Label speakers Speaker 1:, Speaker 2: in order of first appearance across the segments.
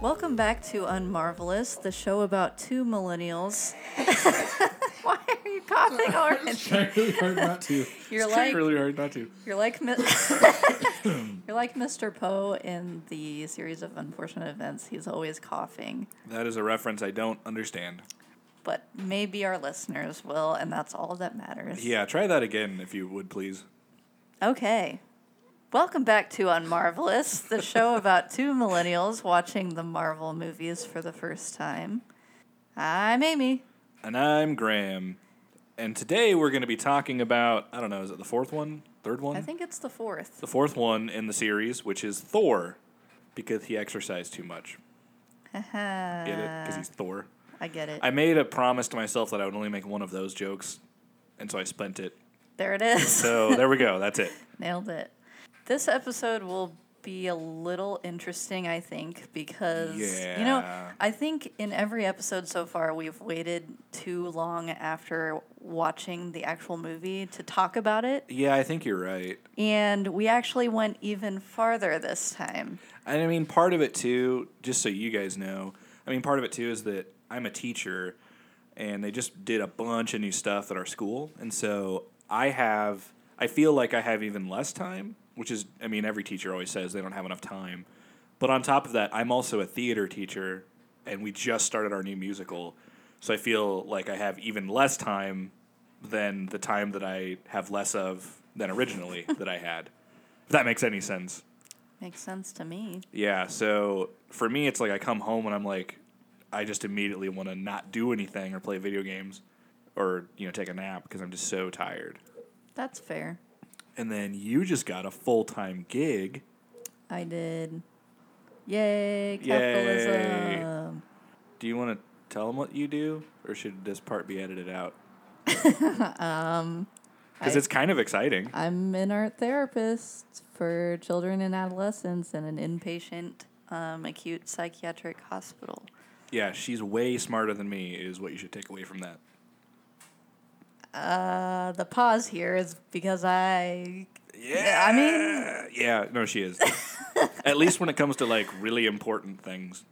Speaker 1: Welcome back to Unmarvelous, the show about two millennials. Why are you coughing
Speaker 2: It's
Speaker 1: orange?
Speaker 2: trying really hard not to.
Speaker 1: You're
Speaker 2: It's trying
Speaker 1: like-
Speaker 2: really hard not to.
Speaker 1: You're like Mi- You're like Mr. Poe in the series of unfortunate events. He's always coughing.
Speaker 2: That is a reference I don't understand.
Speaker 1: But maybe our listeners will, and that's all that matters.
Speaker 2: Yeah, try that again if you would please.
Speaker 1: Okay. Welcome back to Unmarvelous, the show about two millennials watching the Marvel movies for the first time. I'm Amy.
Speaker 2: And I'm Graham, and today we're going to be talking about I don't know, is it the fourth one, third one,
Speaker 1: I think it's the fourth.
Speaker 2: the fourth one in the series, which is Thor, because he exercised too much. Get it? Because he's Thor.
Speaker 1: I get it.
Speaker 2: I made a promise to myself that I would only make one of those jokes, and so I spent it.
Speaker 1: there it is.
Speaker 2: So there we go. That's it.
Speaker 1: Nailed it. This episode will be a little interesting, I think, because you know,
Speaker 2: Yeah.
Speaker 1: I think in every episode so far we've waited too long after watching the actual movie to talk about it,
Speaker 2: Yeah, I think you're right.
Speaker 1: and we actually went even farther this time.
Speaker 2: And I mean, part of it too, just so you guys know, I mean, part of it too is that I'm a teacher and they just did a bunch of new stuff at our school. And so I have, I feel like I have even less time, which is, I mean, every teacher always says they don't have enough time. But on top of that, I'm also a theater teacher and we just started our new musical. So I feel like I have even less time than the time that I have less of than originally that I had. If that makes any sense.
Speaker 1: Makes sense to me.
Speaker 2: Yeah, so for me, it's like I come home and I'm like, I just immediately want to not do anything or play video games or, you know, take a nap because I'm just so tired.
Speaker 1: That's fair.
Speaker 2: And then you just got a full time gig.
Speaker 1: I did. Yay, capitalism.
Speaker 2: Do you want to tell them what you do or should this part be edited out? Because
Speaker 1: Um, I-
Speaker 2: it's kind of exciting.
Speaker 1: I'm an art therapist for children and adolescents in an inpatient um, acute psychiatric hospital.
Speaker 2: Yeah, she's way smarter than me, is what you should take away from that.
Speaker 1: Uh, the pause here is because I.
Speaker 2: Yeah,
Speaker 1: I mean,
Speaker 2: Yeah, no, she is. At least when it comes to like really important things.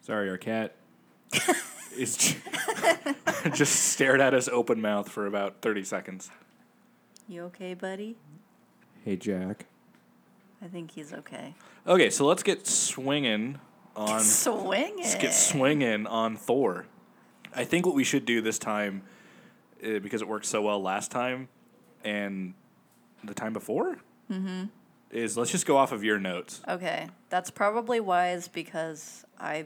Speaker 2: Sorry, our cat is ju- just stared at us open mouth for about thirty seconds.
Speaker 1: you okay, buddy?
Speaker 3: Hey, Jack.
Speaker 1: I think he's okay.
Speaker 2: Okay, so let's get swinging on.
Speaker 1: Swing
Speaker 2: Let's
Speaker 1: it.
Speaker 2: get swinging on Thor. I think what we should do this time, uh, because it worked so well last time, and the time before, mm-hmm. is let's just go off of your notes.
Speaker 1: okay, that's probably wise because I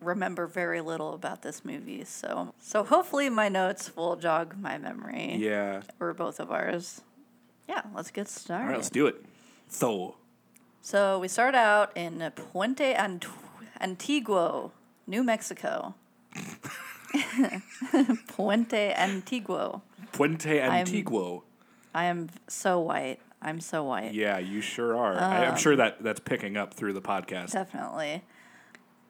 Speaker 1: remember very little about this movie. So, so hopefully my notes will jog my memory.
Speaker 2: Yeah.
Speaker 1: Or both of ours. Yeah, let's get started.
Speaker 2: All right, let's do it. Thor.
Speaker 1: So we start out in Puente Ant- Antiguo, New Mexico. Puente Antiguo.
Speaker 2: Puente Antiguo.
Speaker 1: I am so white. I'm so white.
Speaker 2: yeah, you sure are. I, I'm
Speaker 1: Um,
Speaker 2: sure that that's picking up through the podcast.
Speaker 1: Definitely.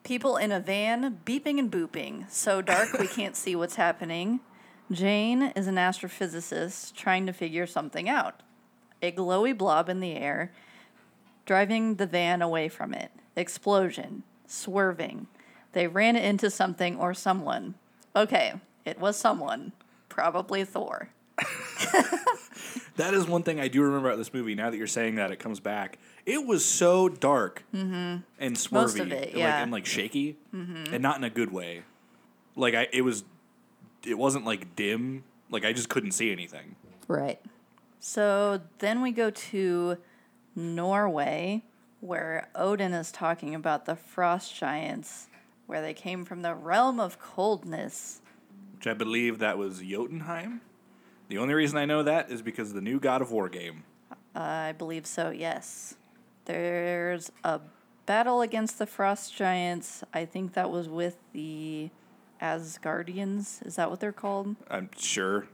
Speaker 1: People in a van beeping and booping. So dark we can't see what's happening. Jane is an astrophysicist trying to figure something out. A glowy blob in the air, driving the van away from it. Explosion. Swerving. They ran into something or someone. Okay, it was someone. Probably Thor.
Speaker 2: that is one thing I do remember about this movie. Now that you're saying that, it comes back. It was so dark and swervy,
Speaker 1: Mm-hmm. Most of it,
Speaker 2: and,
Speaker 1: yeah. Mm-hmm.
Speaker 2: like, and like shaky, and not in a good way. Like I, it was, it wasn't like dim. Like I just couldn't see anything.
Speaker 1: Right. So then we go to Norway, where Odin is talking about the frost giants, where they came from the realm of coldness.
Speaker 2: Which I believe that was Jotunheim. The only reason I know that is because of the new God of War game.
Speaker 1: I believe so, yes. There's a battle against the frost giants. I think that was with the Asgardians. Is that what they're called?
Speaker 2: I'm sure.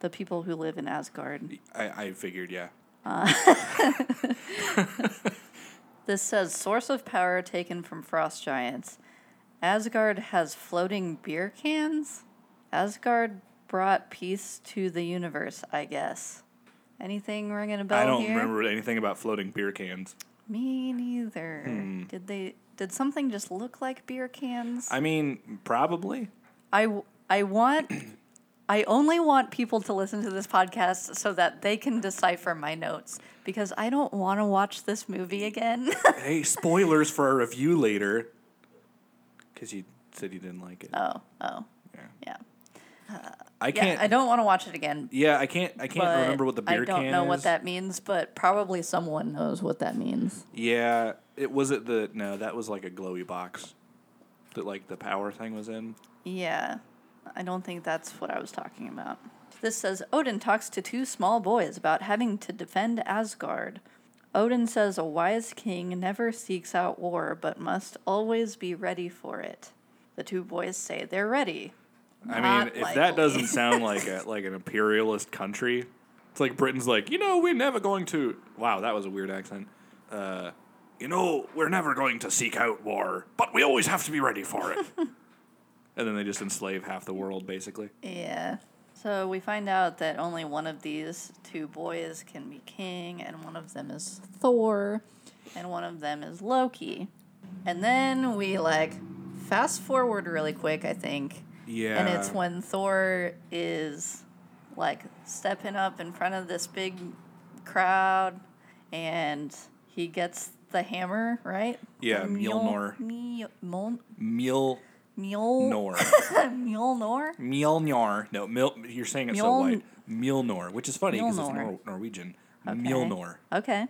Speaker 1: The people who live in Asgard.
Speaker 2: I, I figured, yeah.
Speaker 1: This says source of power taken from frost giants. Asgard has floating beer cans. Asgard brought peace to the universe, I guess. Anything ringing a bell
Speaker 2: I don't
Speaker 1: Oh, here?
Speaker 2: remember anything about floating beer cans.
Speaker 1: Me neither. Did they? Did something just look like beer cans?
Speaker 2: Hmm. I mean, probably.
Speaker 1: I, w- I want. I only want people to listen to this podcast so that they can decipher my notes because I don't want to watch this movie again.
Speaker 2: Hey, spoilers for our review later. Because you said you didn't like it.
Speaker 1: oh, oh,
Speaker 2: Yeah.
Speaker 1: yeah,
Speaker 2: I
Speaker 1: yeah.
Speaker 2: can't.
Speaker 1: I don't want to watch it again.
Speaker 2: Yeah, I can't. I can't
Speaker 1: but
Speaker 2: remember what the beer
Speaker 1: I don't
Speaker 2: can
Speaker 1: know
Speaker 2: is.
Speaker 1: what that means, but probably someone knows what that means.
Speaker 2: Yeah, it was it the no. That was like a glowy box that like the power thing was in.
Speaker 1: Yeah, I don't think that's what I was talking about. This says Odin talks to two small boys about having to defend Asgard. Odin says a wise king never seeks out war, but must always be ready for it. The two boys say they're ready.
Speaker 2: I mean,
Speaker 1: Not
Speaker 2: if that
Speaker 1: likely.
Speaker 2: doesn't sound like a like an imperialist country, it's like Britain's like, you know, we're never going to. Wow, that was a weird accent. Uh, you know, we're never going to seek out war, but we always have to be ready for it. and then they just enslave half the world, basically.
Speaker 1: Yeah. So we find out that only one of these two boys can be king, and one of them is Thor, and one of them is Loki. And then we like fast forward really quick, I think.
Speaker 2: Yeah.
Speaker 1: And it's when Thor is like stepping up in front of this big crowd and he gets the hammer, right?
Speaker 2: Yeah,
Speaker 1: Or
Speaker 2: Mjolnir.
Speaker 1: Mjol- Mjol-
Speaker 2: Mjolnir.
Speaker 1: Mjol- Mjolnir?
Speaker 2: Mjolnir. No, Mil- you're saying it so
Speaker 1: Mjoln-
Speaker 2: light. Mjolnir, which is funny because it's
Speaker 1: Mjolnir.
Speaker 2: Nor- Norwegian.
Speaker 1: Okay.
Speaker 2: Mjolnir.
Speaker 1: Okay.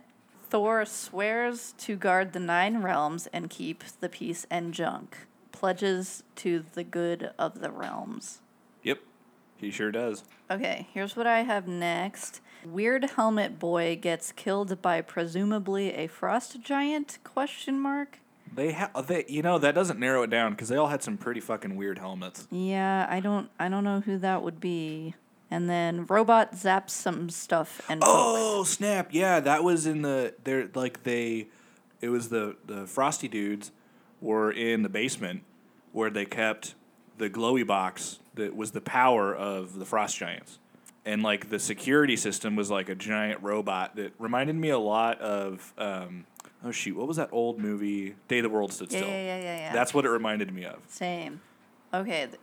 Speaker 1: Thor swears to guard the nine realms and keep the peace and junk. Pledges to the good of the realms.
Speaker 2: Yep, he sure does.
Speaker 1: Okay, here's what I have next. Weird helmet boy gets killed by presumably a frost giant? Question mark.
Speaker 2: They have they you know that doesn't narrow it down because they all had some pretty fucking weird helmets.
Speaker 1: Yeah, I don't I don't know who that would be. And then robot zaps some stuff and
Speaker 2: Oh snap! Yeah, that was in the they're like they, it was the the frosty dudes were in the basement where they kept the glowy box that was the power of the frost giants, and like the security system was like a giant robot that reminded me a lot of um, oh shoot what was that old movie Day the World Stood
Speaker 1: Yeah,
Speaker 2: Still
Speaker 1: yeah, yeah, yeah, yeah.
Speaker 2: that's what it reminded me of.
Speaker 1: Same. Okay, th-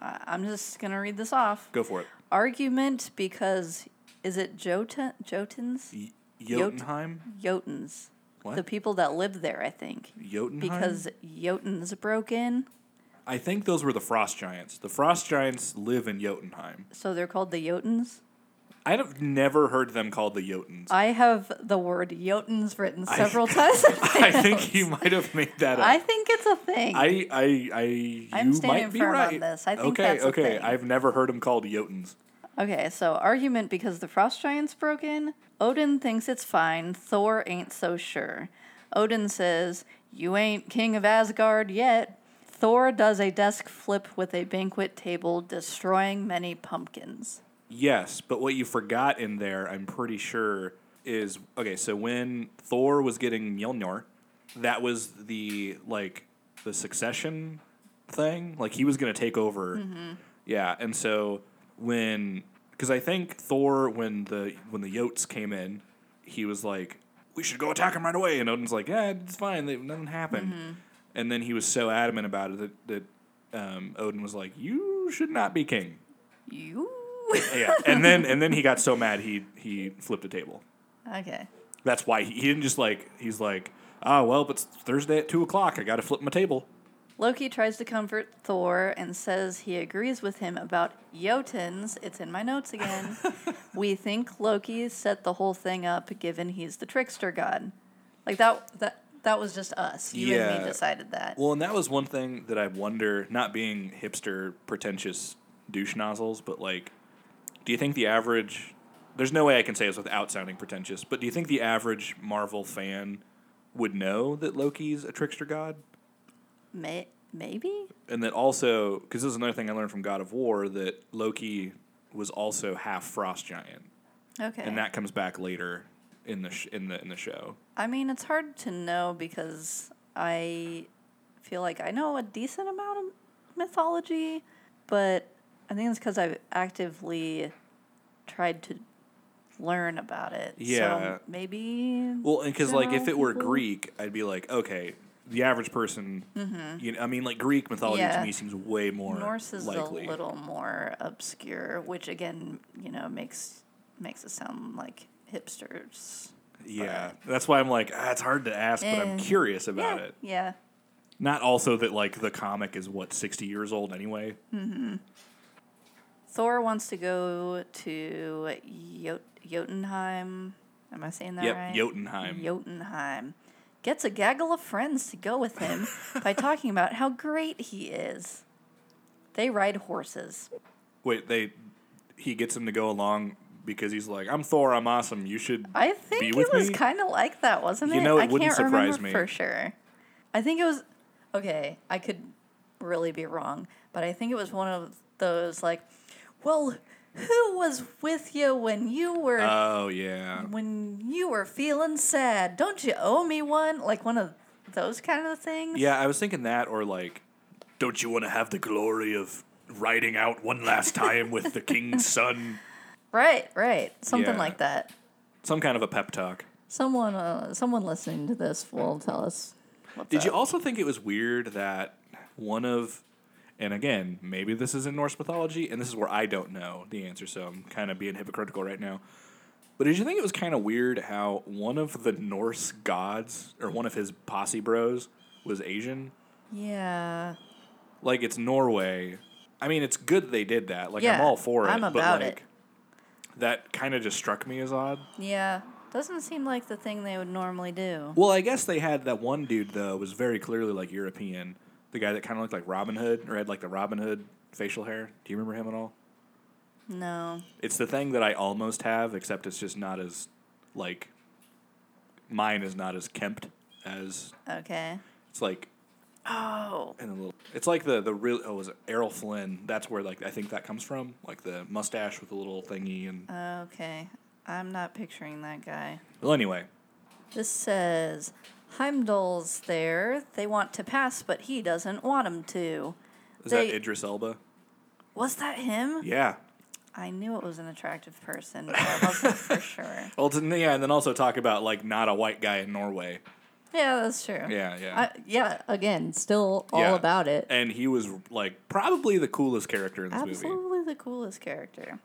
Speaker 1: I- I'm just gonna read this off.
Speaker 2: Go for it.
Speaker 1: argument because is it Jotun Jotuns?
Speaker 2: Y-
Speaker 1: Jot-
Speaker 2: Jotunheim.
Speaker 1: Jotuns.
Speaker 2: What?
Speaker 1: The people that live there, I think.
Speaker 2: Jotunheim?
Speaker 1: Because Jotuns broke in,
Speaker 2: I think those were the frost giants. The frost giants live in Jotunheim.
Speaker 1: so they're called the Jotuns.
Speaker 2: I've never heard them called the Jotuns.
Speaker 1: I have the word Jotuns written several times.
Speaker 2: I think you might have made that
Speaker 1: I
Speaker 2: up.
Speaker 1: think it's a thing.
Speaker 2: I, I, I, you
Speaker 1: I'm standing
Speaker 2: might be
Speaker 1: firm on
Speaker 2: right.
Speaker 1: this. I think
Speaker 2: okay,
Speaker 1: that's a
Speaker 2: okay.
Speaker 1: thing.
Speaker 2: I've never heard them called Jotuns.
Speaker 1: okay, so argument because the frost giants broke in. Odin thinks it's fine. Thor ain't so sure. Odin says, "You ain't king of Asgard yet." Thor does a desk flip with a banquet table, destroying many pumpkins.
Speaker 2: Yes, but what you forgot in there, I'm pretty sure, is okay. So when Thor was getting Mjolnir, that was the like the succession thing. Like he was going to take over. Yeah, and so when because I think Thor when the when the Yotes came in, he was like, "We should go attack him right away," and Odin's like, "Yeah, it's fine. They, nothing happened." And then he was so adamant about it that that um, Odin was like, "You should not be king."
Speaker 1: You.
Speaker 2: yeah, and then and then he got so mad he he flipped a table.
Speaker 1: okay.
Speaker 2: That's why he, he didn't just like he's like ah well, but it's Thursday at two o'clock. I got to flip my table.
Speaker 1: Loki tries to comfort Thor and says he agrees with him about Jotuns. It's in my notes again. we think Loki set the whole thing up given he's the trickster god. Like that that that was just us. You and
Speaker 2: Yeah.
Speaker 1: me decided that.
Speaker 2: Well, and that was one thing that I wonder, not being hipster pretentious douche nozzles, but like, do you think the average? There's no way I can say this without sounding pretentious, but do you think the average Marvel fan would know that Loki's a trickster god?
Speaker 1: May, maybe?
Speaker 2: and that also because this is another thing I learned from God of War that Loki was also half frost giant,
Speaker 1: Okay.
Speaker 2: and that comes back later in the sh- in the in the show.
Speaker 1: I mean, it's hard to know because I feel like I know a decent amount of mythology, but I think it's because I've actively tried to learn about it.
Speaker 2: Yeah.
Speaker 1: So maybe.
Speaker 2: Well, and because
Speaker 1: Oh,
Speaker 2: like if it were
Speaker 1: People-
Speaker 2: Greek, I'd be like, okay, the average person. You know, I mean, like Greek mythology
Speaker 1: Mm-hmm. Yeah.
Speaker 2: to me seems way more
Speaker 1: Norse is
Speaker 2: likely.
Speaker 1: a little more obscure, which again, you know, makes makes it sound like hipsters.
Speaker 2: yeah, that's why I'm like, ah, it's hard to ask, but I'm
Speaker 1: Eh.
Speaker 2: curious about
Speaker 1: yeah,
Speaker 2: it.
Speaker 1: yeah.
Speaker 2: Not also that like the comic is what 60 years old anyway.
Speaker 1: Thor wants to go to Jot- Jotunheim. Am I saying that
Speaker 2: yep,
Speaker 1: right?
Speaker 2: Jotunheim.
Speaker 1: Jotunheim. Gets a gaggle of friends to go with him by talking about how great he is. They ride horses.
Speaker 2: Wait, they he gets him to go along because he's like, I'm Thor, I'm awesome. You should
Speaker 1: I
Speaker 2: be
Speaker 1: think
Speaker 2: with
Speaker 1: it was
Speaker 2: me.
Speaker 1: kind of like that, wasn't it?
Speaker 2: You know, it
Speaker 1: I
Speaker 2: wouldn't
Speaker 1: can't
Speaker 2: surprise
Speaker 1: remember
Speaker 2: me.
Speaker 1: for sure. I think it was okay. I could really be wrong, but I think it was one of those like, well, who was with you when you were
Speaker 2: Oh yeah.
Speaker 1: when you were feeling sad? Don't you owe me one? Like one of those kind of things.
Speaker 2: Yeah, I was thinking that or like don't you want to have the glory of riding out one last time with the king's son?
Speaker 1: Right. Right. Something
Speaker 2: Yeah.
Speaker 1: like that.
Speaker 2: Some kind of a pep talk.
Speaker 1: Someone. Uh, someone listening to this will tell us. What's
Speaker 2: Did you
Speaker 1: up.
Speaker 2: also think it was weird that one of and again, maybe this is in Norse mythology and this is where I don't know the answer, so I'm kind of being hypocritical right now. But did you think it was kind of weird how one of the Norse gods or one of his posse bros was Asian?
Speaker 1: Yeah.
Speaker 2: Like it's Norway. I mean, it's good they did that. Like I'm
Speaker 1: Yeah,
Speaker 2: all for it,
Speaker 1: I'm
Speaker 2: but
Speaker 1: about
Speaker 2: like
Speaker 1: it.
Speaker 2: that kind of just struck me as odd.
Speaker 1: Yeah. Doesn't seem like the thing they would normally do.
Speaker 2: Well, I guess they had that one dude though was very clearly like European. The guy that kind of looked like Robin Hood or had like the Robin Hood facial hair. Do you remember him at all?
Speaker 1: No.
Speaker 2: It's the thing that I almost have, except it's just not as like mine is not as kempt as
Speaker 1: Okay.
Speaker 2: it's like
Speaker 1: Oh.
Speaker 2: and a little. It's like the the real oh was it Errol Flynn. That's where like I think that comes from, like the mustache with the little thingy and.
Speaker 1: Uh. Okay. I'm not picturing that guy.
Speaker 2: Well, anyway,
Speaker 1: This says Heimdall's there. They want to pass, but he doesn't want 'em to.
Speaker 2: is
Speaker 1: They-
Speaker 2: that Idris Elba?
Speaker 1: Was that him?
Speaker 2: Yeah.
Speaker 1: I knew it was an attractive person, but I wasn't for sure.
Speaker 2: Well, it's- yeah, and then also talk about like not a white guy in Norway.
Speaker 1: Yeah, that's true.
Speaker 2: Yeah, yeah.
Speaker 1: I, yeah. Again, still all
Speaker 2: Yeah.
Speaker 1: about it.
Speaker 2: and he was like probably the coolest character in this movie.
Speaker 1: Absolutely the coolest character.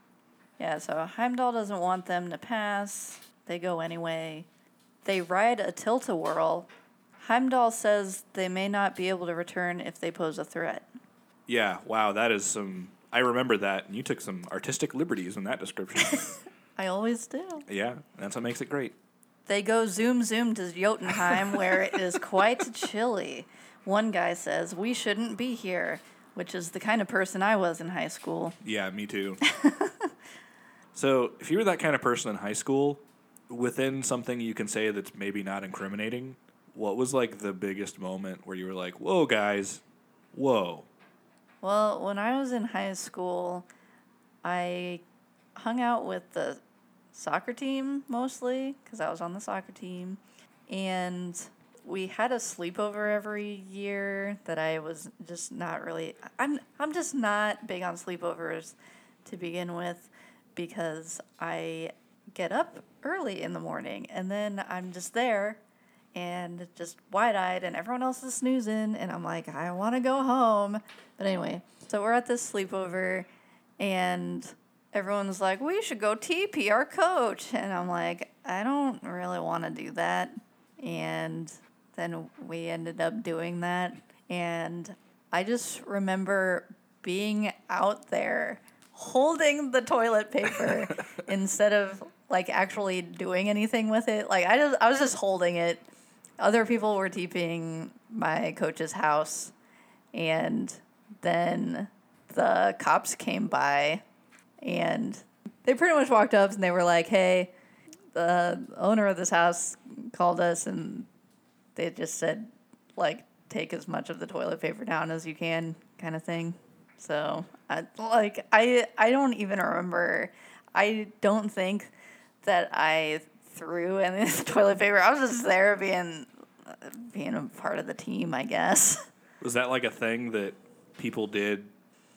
Speaker 1: Yeah, so Heimdall doesn't want them to pass. They go anyway. They ride a tilt a whirl. Heimdall says they may not be able to return if they pose a threat.
Speaker 2: Yeah. Wow, that is some. I remember that, and you took some artistic liberties in that description.
Speaker 1: I always do.
Speaker 2: yeah, that's what makes it great.
Speaker 1: They go zoom zoom to Jotunheim, where it is quite chilly. One guy says, We shouldn't be here, which is the kind of person I was in high school.
Speaker 2: Yeah, me too. so, if you were that kind of person in high school, within something you can say that's maybe not incriminating, what was like the biggest moment where you were like, "Whoa, guys, whoa"?
Speaker 1: Well, when I was in high school, I hung out with the soccer team mostly because I was on the soccer team. And we had a sleepover every year that I was just not really I'm I'm just not big on sleepovers to begin with because I get up early in the morning and then I'm just there and just wide eyed, and everyone else is snoozing, and I'm like, I want to go home. But anyway, so we're at this sleepover, and everyone's like, we should go TP our coach. And I'm like, I don't really want to do that. And then we ended up doing that. And I just remember being out there holding the toilet paper instead of like actually doing anything with it. Like I just I was just holding it. Other people were TPing my coach's house and then the cops came by and they pretty much walked up and they were like, "Hey, the owner of this house called us and they just said like take as much of the toilet paper down as you can kind of thing so I, like i i don't even remember i don't think that i threw any of the toilet paper i was just there being being a part of the team i guess
Speaker 2: Was that like a thing that people did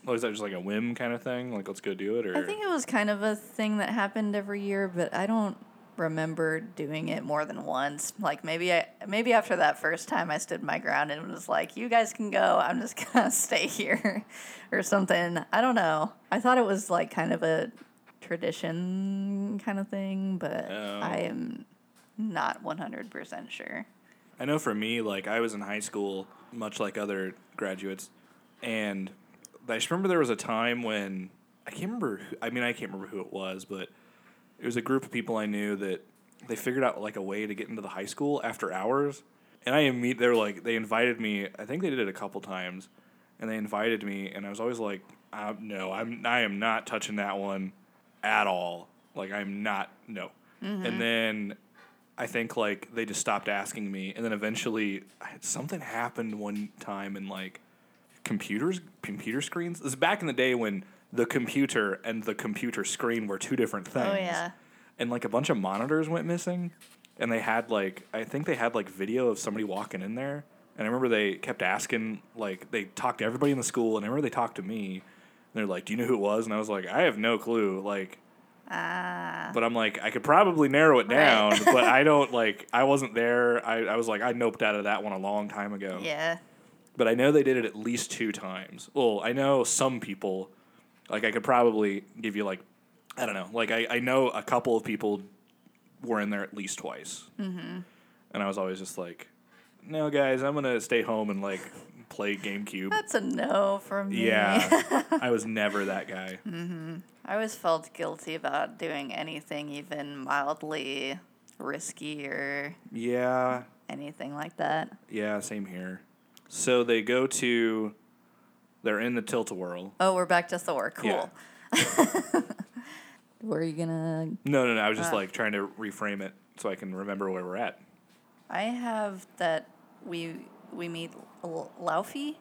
Speaker 2: Or is that just like a whim kind of thing? Like, let's go do it? Or
Speaker 1: I think it was kind of a thing that happened every year, but I don't remember doing it more than once. Like maybe I maybe after that first time I stood my ground and was like, "You guys can go. I'm just going to stay here." or something. I don't know. I thought it was like kind of a tradition kind of thing, but
Speaker 2: Oh.
Speaker 1: I am not 100% sure.
Speaker 2: I know for me, like I was in high school, much like other graduates, and I just remember there was a time when I can't remember. Who, I mean, I can't remember who it was, but it was a group of people I knew that they figured out like a way to get into the high school after hours, and I immediately they were like they invited me. I think they did it a couple times, and they invited me, and I was always like, uh, no, I'm I am not touching that one at all. Like I'm not no. And then I think like they just stopped asking me, and then eventually I- something happened one time in like computers, computer screens. This is back in the day when the computer and the computer screen were two different things.
Speaker 1: Oh, yeah.
Speaker 2: And like a bunch of monitors went missing, and they had like I think they had like video of somebody walking in there. And I remember they kept asking, like they talked to everybody in the school, and I remember they talked to me. And they're like, "Do you know who it was?" And I was like, "I have no clue." Like
Speaker 1: Ah.
Speaker 2: but I'm like, I could probably narrow it down,
Speaker 1: Right.
Speaker 2: but I don't like, I wasn't there. I, I was like, I noped out of that one a long time ago.
Speaker 1: yeah.
Speaker 2: But I know they did it at least two times. Well, I know some people, like, I could probably give you, like, I don't know, like, I, I know a couple of people were in there at least twice. Mm-hmm. And I was always just like, no, guys, I'm going to stay home and, like, play GameCube.
Speaker 1: That's a no from me.
Speaker 2: yeah. I was never that guy.
Speaker 1: I always felt guilty about doing anything even mildly risky or
Speaker 2: Yeah.
Speaker 1: anything like that.
Speaker 2: Yeah, same here. So they go to, they're in the tilt a whirl.
Speaker 1: Oh, we're back to Thor. Cool.
Speaker 2: Yeah.
Speaker 1: Were you gonna?
Speaker 2: No, no, no. I was
Speaker 1: Uh.
Speaker 2: just like trying to reframe it so I can remember where we're at.
Speaker 1: I have that we we meet L- Laufey.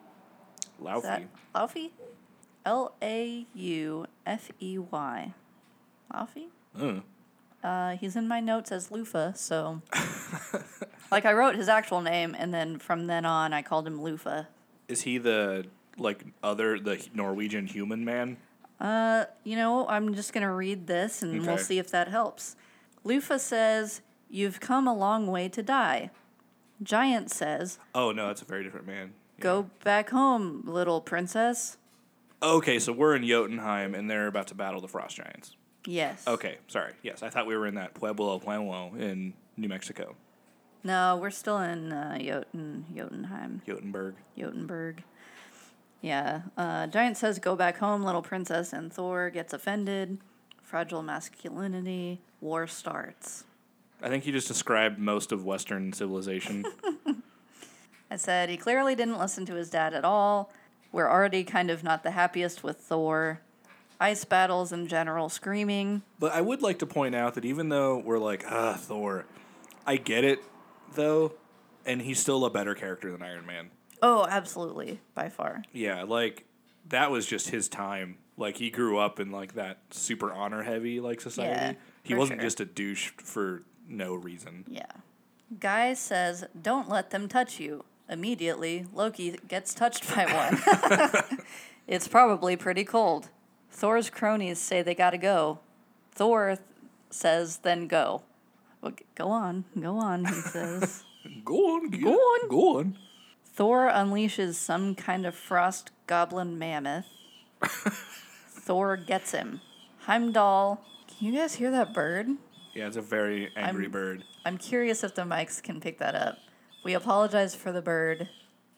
Speaker 1: Is that
Speaker 2: Laufey.
Speaker 1: Laufey? L A U F E Y. Laufey.
Speaker 2: Mm.
Speaker 1: Uh, he's in my notes as Lufa, so like I wrote his actual name, and then from then on I called him Lufa.
Speaker 2: Is he the like other the Norwegian human man?
Speaker 1: Uh, you know, I'm just going to read this and we'll
Speaker 2: Okay.
Speaker 1: see if that helps. Lufa says, You've come a long way to die. Giant says,
Speaker 2: Oh no, that's a very different man. Yeah.
Speaker 1: Go back home, little princess.
Speaker 2: Okay, so we're in Jotunheim and they're about to battle the frost giants.
Speaker 1: Yes.
Speaker 2: Okay, sorry. Yes, I thought we were in that Pueblo Pueblo in New Mexico,
Speaker 1: No, we're still in uh, Jotun, Jotunheim,
Speaker 2: Jotunberg.
Speaker 1: Jotunberg. Yeah. Uh, Giant says, Go back home, little princess, and Thor gets offended. Fragile masculinity. War starts.
Speaker 2: I think you just described most of Western civilization.
Speaker 1: I said he clearly didn't listen to his dad at all. We're already kind of not the happiest with Thor. Ice battles and general screaming.
Speaker 2: But I would like to point out that even though we're like, ah, Thor, I get it, though, and he's still a better character than Iron Man.
Speaker 1: Oh, absolutely, by far.
Speaker 2: Yeah, like that was just his time. Like he grew up in like that super honor heavy like society.
Speaker 1: Yeah,
Speaker 2: he
Speaker 1: for
Speaker 2: wasn't
Speaker 1: sure.
Speaker 2: just a douche for no reason.
Speaker 1: Yeah. Guy says, Don't let them touch you. Immediately, Loki gets touched by one. it's probably pretty cold. Thor's cronies say they gotta go. Thor th- says, Then go. Well, g- go on, go on, he says.
Speaker 2: Go on, go on, go on.
Speaker 1: Thor unleashes some kind of frost goblin mammoth. Thor gets him. Heimdall. Can you guys hear that bird?
Speaker 2: Yeah, it's a very angry bird.
Speaker 1: I'm curious if the mics can pick that up. We apologize for the bird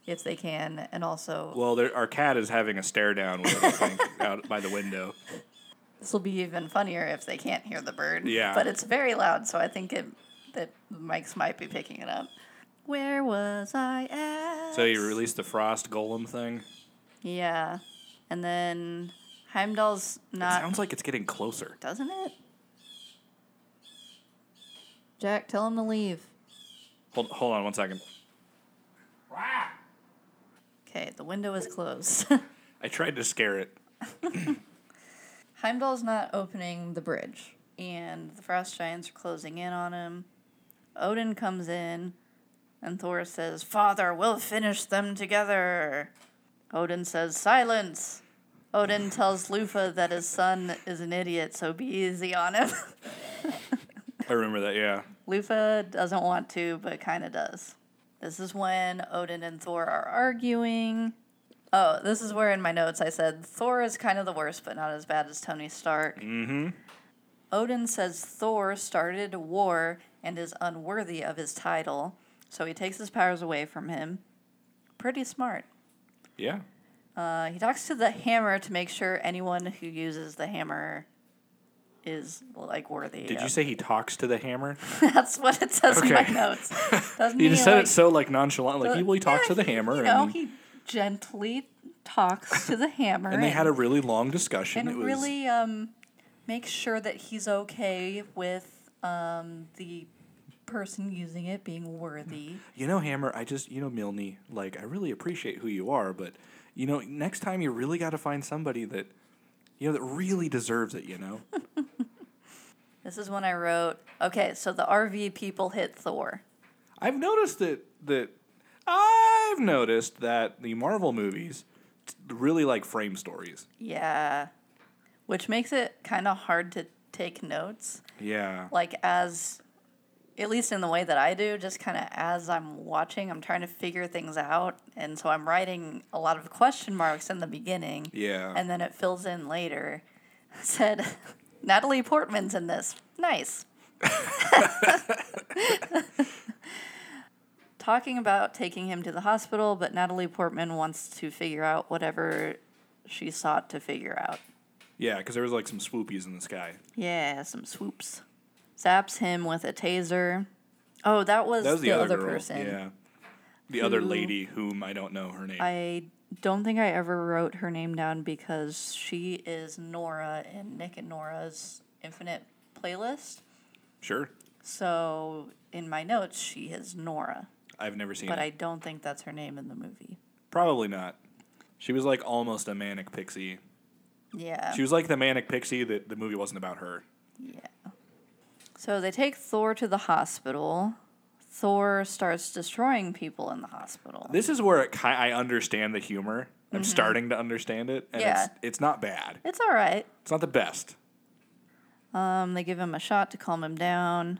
Speaker 1: if they can, and also
Speaker 2: Well, there, our cat is having a stare down with it, I think, out by the window.
Speaker 1: this will be even funnier if they can't hear the bird.
Speaker 2: Yeah.
Speaker 1: But it's very loud, so I think it that the mics might be picking it up. Where was I at?
Speaker 2: So you released the frost golem thing.
Speaker 1: Yeah. And then Heimdall's
Speaker 2: It
Speaker 1: not
Speaker 2: sounds like it's getting closer.
Speaker 1: doesn't it? Jack, tell him to leave.
Speaker 2: Hold, hold on one second.
Speaker 1: Okay, the window is closed.
Speaker 2: I tried to scare it.
Speaker 1: Heimdall's not opening the bridge, and the frost giants are closing in on him. Odin comes in, and Thor says, Father, we'll finish them together. Odin says, Silence. Odin tells Lufa that his son is an idiot, so be easy on him.
Speaker 2: I remember that. Yeah.
Speaker 1: Lufa doesn't want to, but kind of does. This is when Odin and Thor are arguing. Oh, this is where in my notes I said Thor is kind of the worst, but not as bad as Tony Stark. Mm-hmm. Odin says Thor started a war and is unworthy of his title, so he takes his powers away from him. Pretty smart.
Speaker 2: Yeah.
Speaker 1: Uh, he talks to the hammer to make sure anyone who uses the hammer is like worthy.
Speaker 2: Did
Speaker 1: of-
Speaker 2: you say he talks to the hammer?
Speaker 1: That's what it says in my
Speaker 2: Okay.
Speaker 1: notes. Doesn't he,
Speaker 2: You just said
Speaker 1: like-
Speaker 2: it so like nonchalant, like he really talks to the hammer,
Speaker 1: You know,
Speaker 2: and,
Speaker 1: he gently talks to the hammer,
Speaker 2: and they had a really long discussion.
Speaker 1: and
Speaker 2: it was
Speaker 1: really um, makes sure that he's okay with um, the person using it being worthy.
Speaker 2: you know, Hammer, I just, you know, Milne, like, I really appreciate who you are, but, you know, next time you really got to find somebody that, you know, that really deserves it, you know?
Speaker 1: This is when I wrote. Okay, so the RV people hit Thor.
Speaker 2: I've noticed that, that, I've noticed that the Marvel movies t- really like frame stories.
Speaker 1: Yeah, which makes it kind of hard to take notes.
Speaker 2: Yeah.
Speaker 1: like as at least in the way that I do, just kind of as I'm watching, I'm trying to figure things out, and so I'm writing a lot of question marks in the beginning.
Speaker 2: Yeah.
Speaker 1: And then it fills in later. I said, Natalie Portman's in this. Nice. Talking about taking him to the hospital, but Natalie Portman wants to figure out whatever she sought to figure out.
Speaker 2: Yeah, because there was like some swoopies in the sky.
Speaker 1: Yeah, some swoops. Zaps him with a taser. Oh, that was,
Speaker 2: That was
Speaker 1: the, other,
Speaker 2: girl.
Speaker 1: person.
Speaker 2: Yeah. The other
Speaker 1: Who-
Speaker 2: lady whom I don't know her name.
Speaker 1: I don't think I ever wrote her name down because she is Nora in Nick and Nora's Infinite playlist.
Speaker 2: sure.
Speaker 1: So in my notes, she is Nora,
Speaker 2: I've never seen
Speaker 1: but
Speaker 2: it.
Speaker 1: I don't think that's her name in the movie.
Speaker 2: Probably not. She was like almost a manic pixie.
Speaker 1: Yeah.
Speaker 2: She was like the manic pixie that the movie wasn't about her.
Speaker 1: Yeah. So they take Thor to the hospital. Thor starts destroying people in the hospital.
Speaker 2: This is where it ki- I understand the humor. I'm starting to understand it, and it's
Speaker 1: Mm-hmm. Yeah.
Speaker 2: it's not bad.
Speaker 1: It's all right.
Speaker 2: It's not the best.
Speaker 1: Um, they give him a shot to calm him down.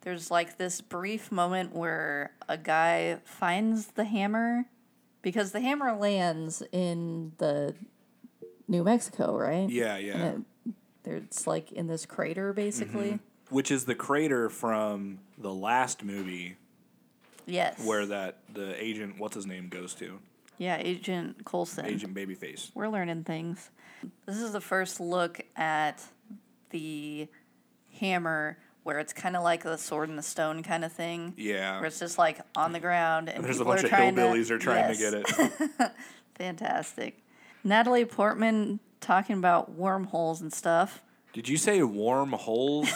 Speaker 1: There's like this brief moment where a guy finds the hammer because the hammer lands in the New Mexico, right?
Speaker 2: Yeah, Mm-hmm. yeah.
Speaker 1: And it- It's like in this crater, basically.
Speaker 2: Which is the crater from the last movie
Speaker 1: Yes.
Speaker 2: where that the agent what's his name goes to
Speaker 1: yeah, Agent Coulson.
Speaker 2: agent babyface.
Speaker 1: We're learning things. This is the first look at the hammer where it's kind of like the sword and the stone kind of thing. Where
Speaker 2: Yeah,
Speaker 1: it's just like on the ground and
Speaker 2: there's a
Speaker 1: people
Speaker 2: bunch
Speaker 1: are
Speaker 2: of
Speaker 1: trying
Speaker 2: hillbillies
Speaker 1: to,
Speaker 2: are trying
Speaker 1: Yes.
Speaker 2: to get it.
Speaker 1: Fantastic. Natalie Portman talking about wormholes and stuff.
Speaker 2: Did you say warm holes?